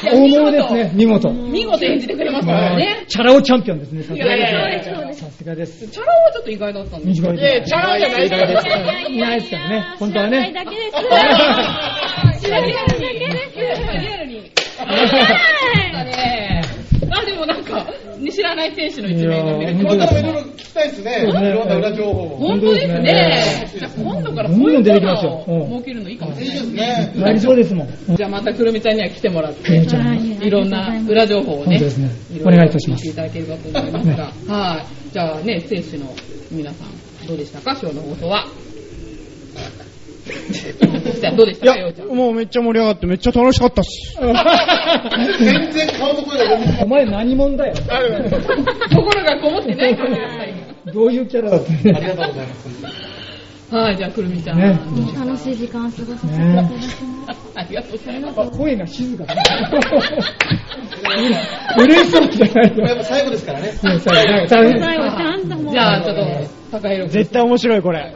[SPEAKER 2] いや
[SPEAKER 4] 大物ですね、見事。
[SPEAKER 2] 見事演じてくれましたからね。
[SPEAKER 4] チャラ男チャンピオンですね、さ
[SPEAKER 2] い
[SPEAKER 4] す
[SPEAKER 2] や
[SPEAKER 4] が
[SPEAKER 2] い
[SPEAKER 4] で
[SPEAKER 2] やいやいや
[SPEAKER 4] す。さすがです。
[SPEAKER 2] チャラはちょっと意外だったんです
[SPEAKER 4] 短いです。
[SPEAKER 6] チャラじゃないか
[SPEAKER 4] で
[SPEAKER 6] ら
[SPEAKER 4] すいないですからね本当はね
[SPEAKER 5] 知らないだけです。
[SPEAKER 2] 知
[SPEAKER 5] 知
[SPEAKER 2] らな
[SPEAKER 5] らないい
[SPEAKER 2] だ
[SPEAKER 5] だ
[SPEAKER 2] け
[SPEAKER 5] け
[SPEAKER 2] です
[SPEAKER 5] で
[SPEAKER 2] リアルに。
[SPEAKER 5] は
[SPEAKER 2] ねあ、でもなんか、知らない選手の一
[SPEAKER 4] いや
[SPEAKER 2] 面が見れて
[SPEAKER 3] これ
[SPEAKER 4] ー
[SPEAKER 3] からもいろいろ聞きたいですね。
[SPEAKER 4] そう
[SPEAKER 3] い
[SPEAKER 4] ですね
[SPEAKER 3] ろんな裏情報を。
[SPEAKER 2] 本当ですね。じゃあ今度からこういうコーナーを設けるのいいかもし
[SPEAKER 3] い
[SPEAKER 2] れ
[SPEAKER 3] い
[SPEAKER 2] ない
[SPEAKER 3] で
[SPEAKER 2] ですすね。
[SPEAKER 3] ね。
[SPEAKER 4] なりそうですもん。
[SPEAKER 2] じゃあまたくるみちゃんには来てもらって、
[SPEAKER 4] くるみちゃん
[SPEAKER 5] い
[SPEAKER 2] いろんな裏情報を
[SPEAKER 4] 本
[SPEAKER 2] ね
[SPEAKER 4] 当ですね、
[SPEAKER 2] ろろ
[SPEAKER 4] お願いいたしま
[SPEAKER 2] [LAUGHS]
[SPEAKER 4] す
[SPEAKER 2] 聞いていただければと思いますが、はい。じゃあね、選手の皆さん、どうでしたか今日の放送は。じゃあどうでし
[SPEAKER 6] い
[SPEAKER 2] たかようちゃ
[SPEAKER 6] や、
[SPEAKER 2] ん。
[SPEAKER 6] もうめっちゃ盛り上がってめっちゃ楽しかったっす。
[SPEAKER 3] 全然顔と声が読み
[SPEAKER 4] お前何者だよ。
[SPEAKER 2] 心がこもってないからね。
[SPEAKER 4] どういうキャラだったね
[SPEAKER 3] ありがとうございます。
[SPEAKER 2] はい、じゃあくるみちゃん。
[SPEAKER 4] ね
[SPEAKER 5] い。もう楽しい時間を過ごさせていただきました。
[SPEAKER 2] ありがとうございます。
[SPEAKER 4] 声が静かだ。嬉しそうじゃない
[SPEAKER 3] やっ
[SPEAKER 4] よ。
[SPEAKER 3] ぱ最後ですからね。
[SPEAKER 4] ね最後最後
[SPEAKER 2] [LAUGHS]
[SPEAKER 5] 最後ちゃんともう
[SPEAKER 2] じゃあちょっと、高弘君。
[SPEAKER 6] 絶対面白いこれ。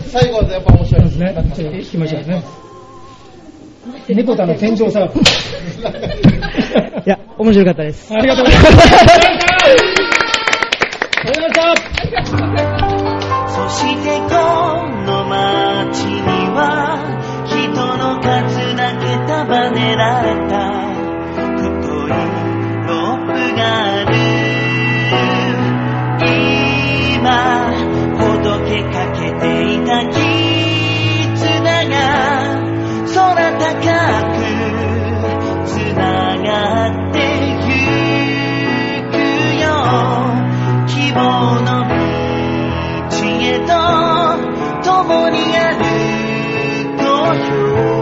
[SPEAKER 3] 最後はやっぱ面白
[SPEAKER 4] そ
[SPEAKER 3] い
[SPEAKER 4] うで
[SPEAKER 3] ですす
[SPEAKER 4] ね。ちょっと聞きましょうね。猫田の天井さん。
[SPEAKER 7] いや、面白かったです。
[SPEAKER 4] ありがとうございました。ありがとうございま
[SPEAKER 7] [LAUGHS]
[SPEAKER 4] した。
[SPEAKER 1] そしてこの街には人の数だけ束ねられた太いロープがある今ほどけかけていた絆が空高くつながってゆくよ希望の道知恵と共に歩こうよ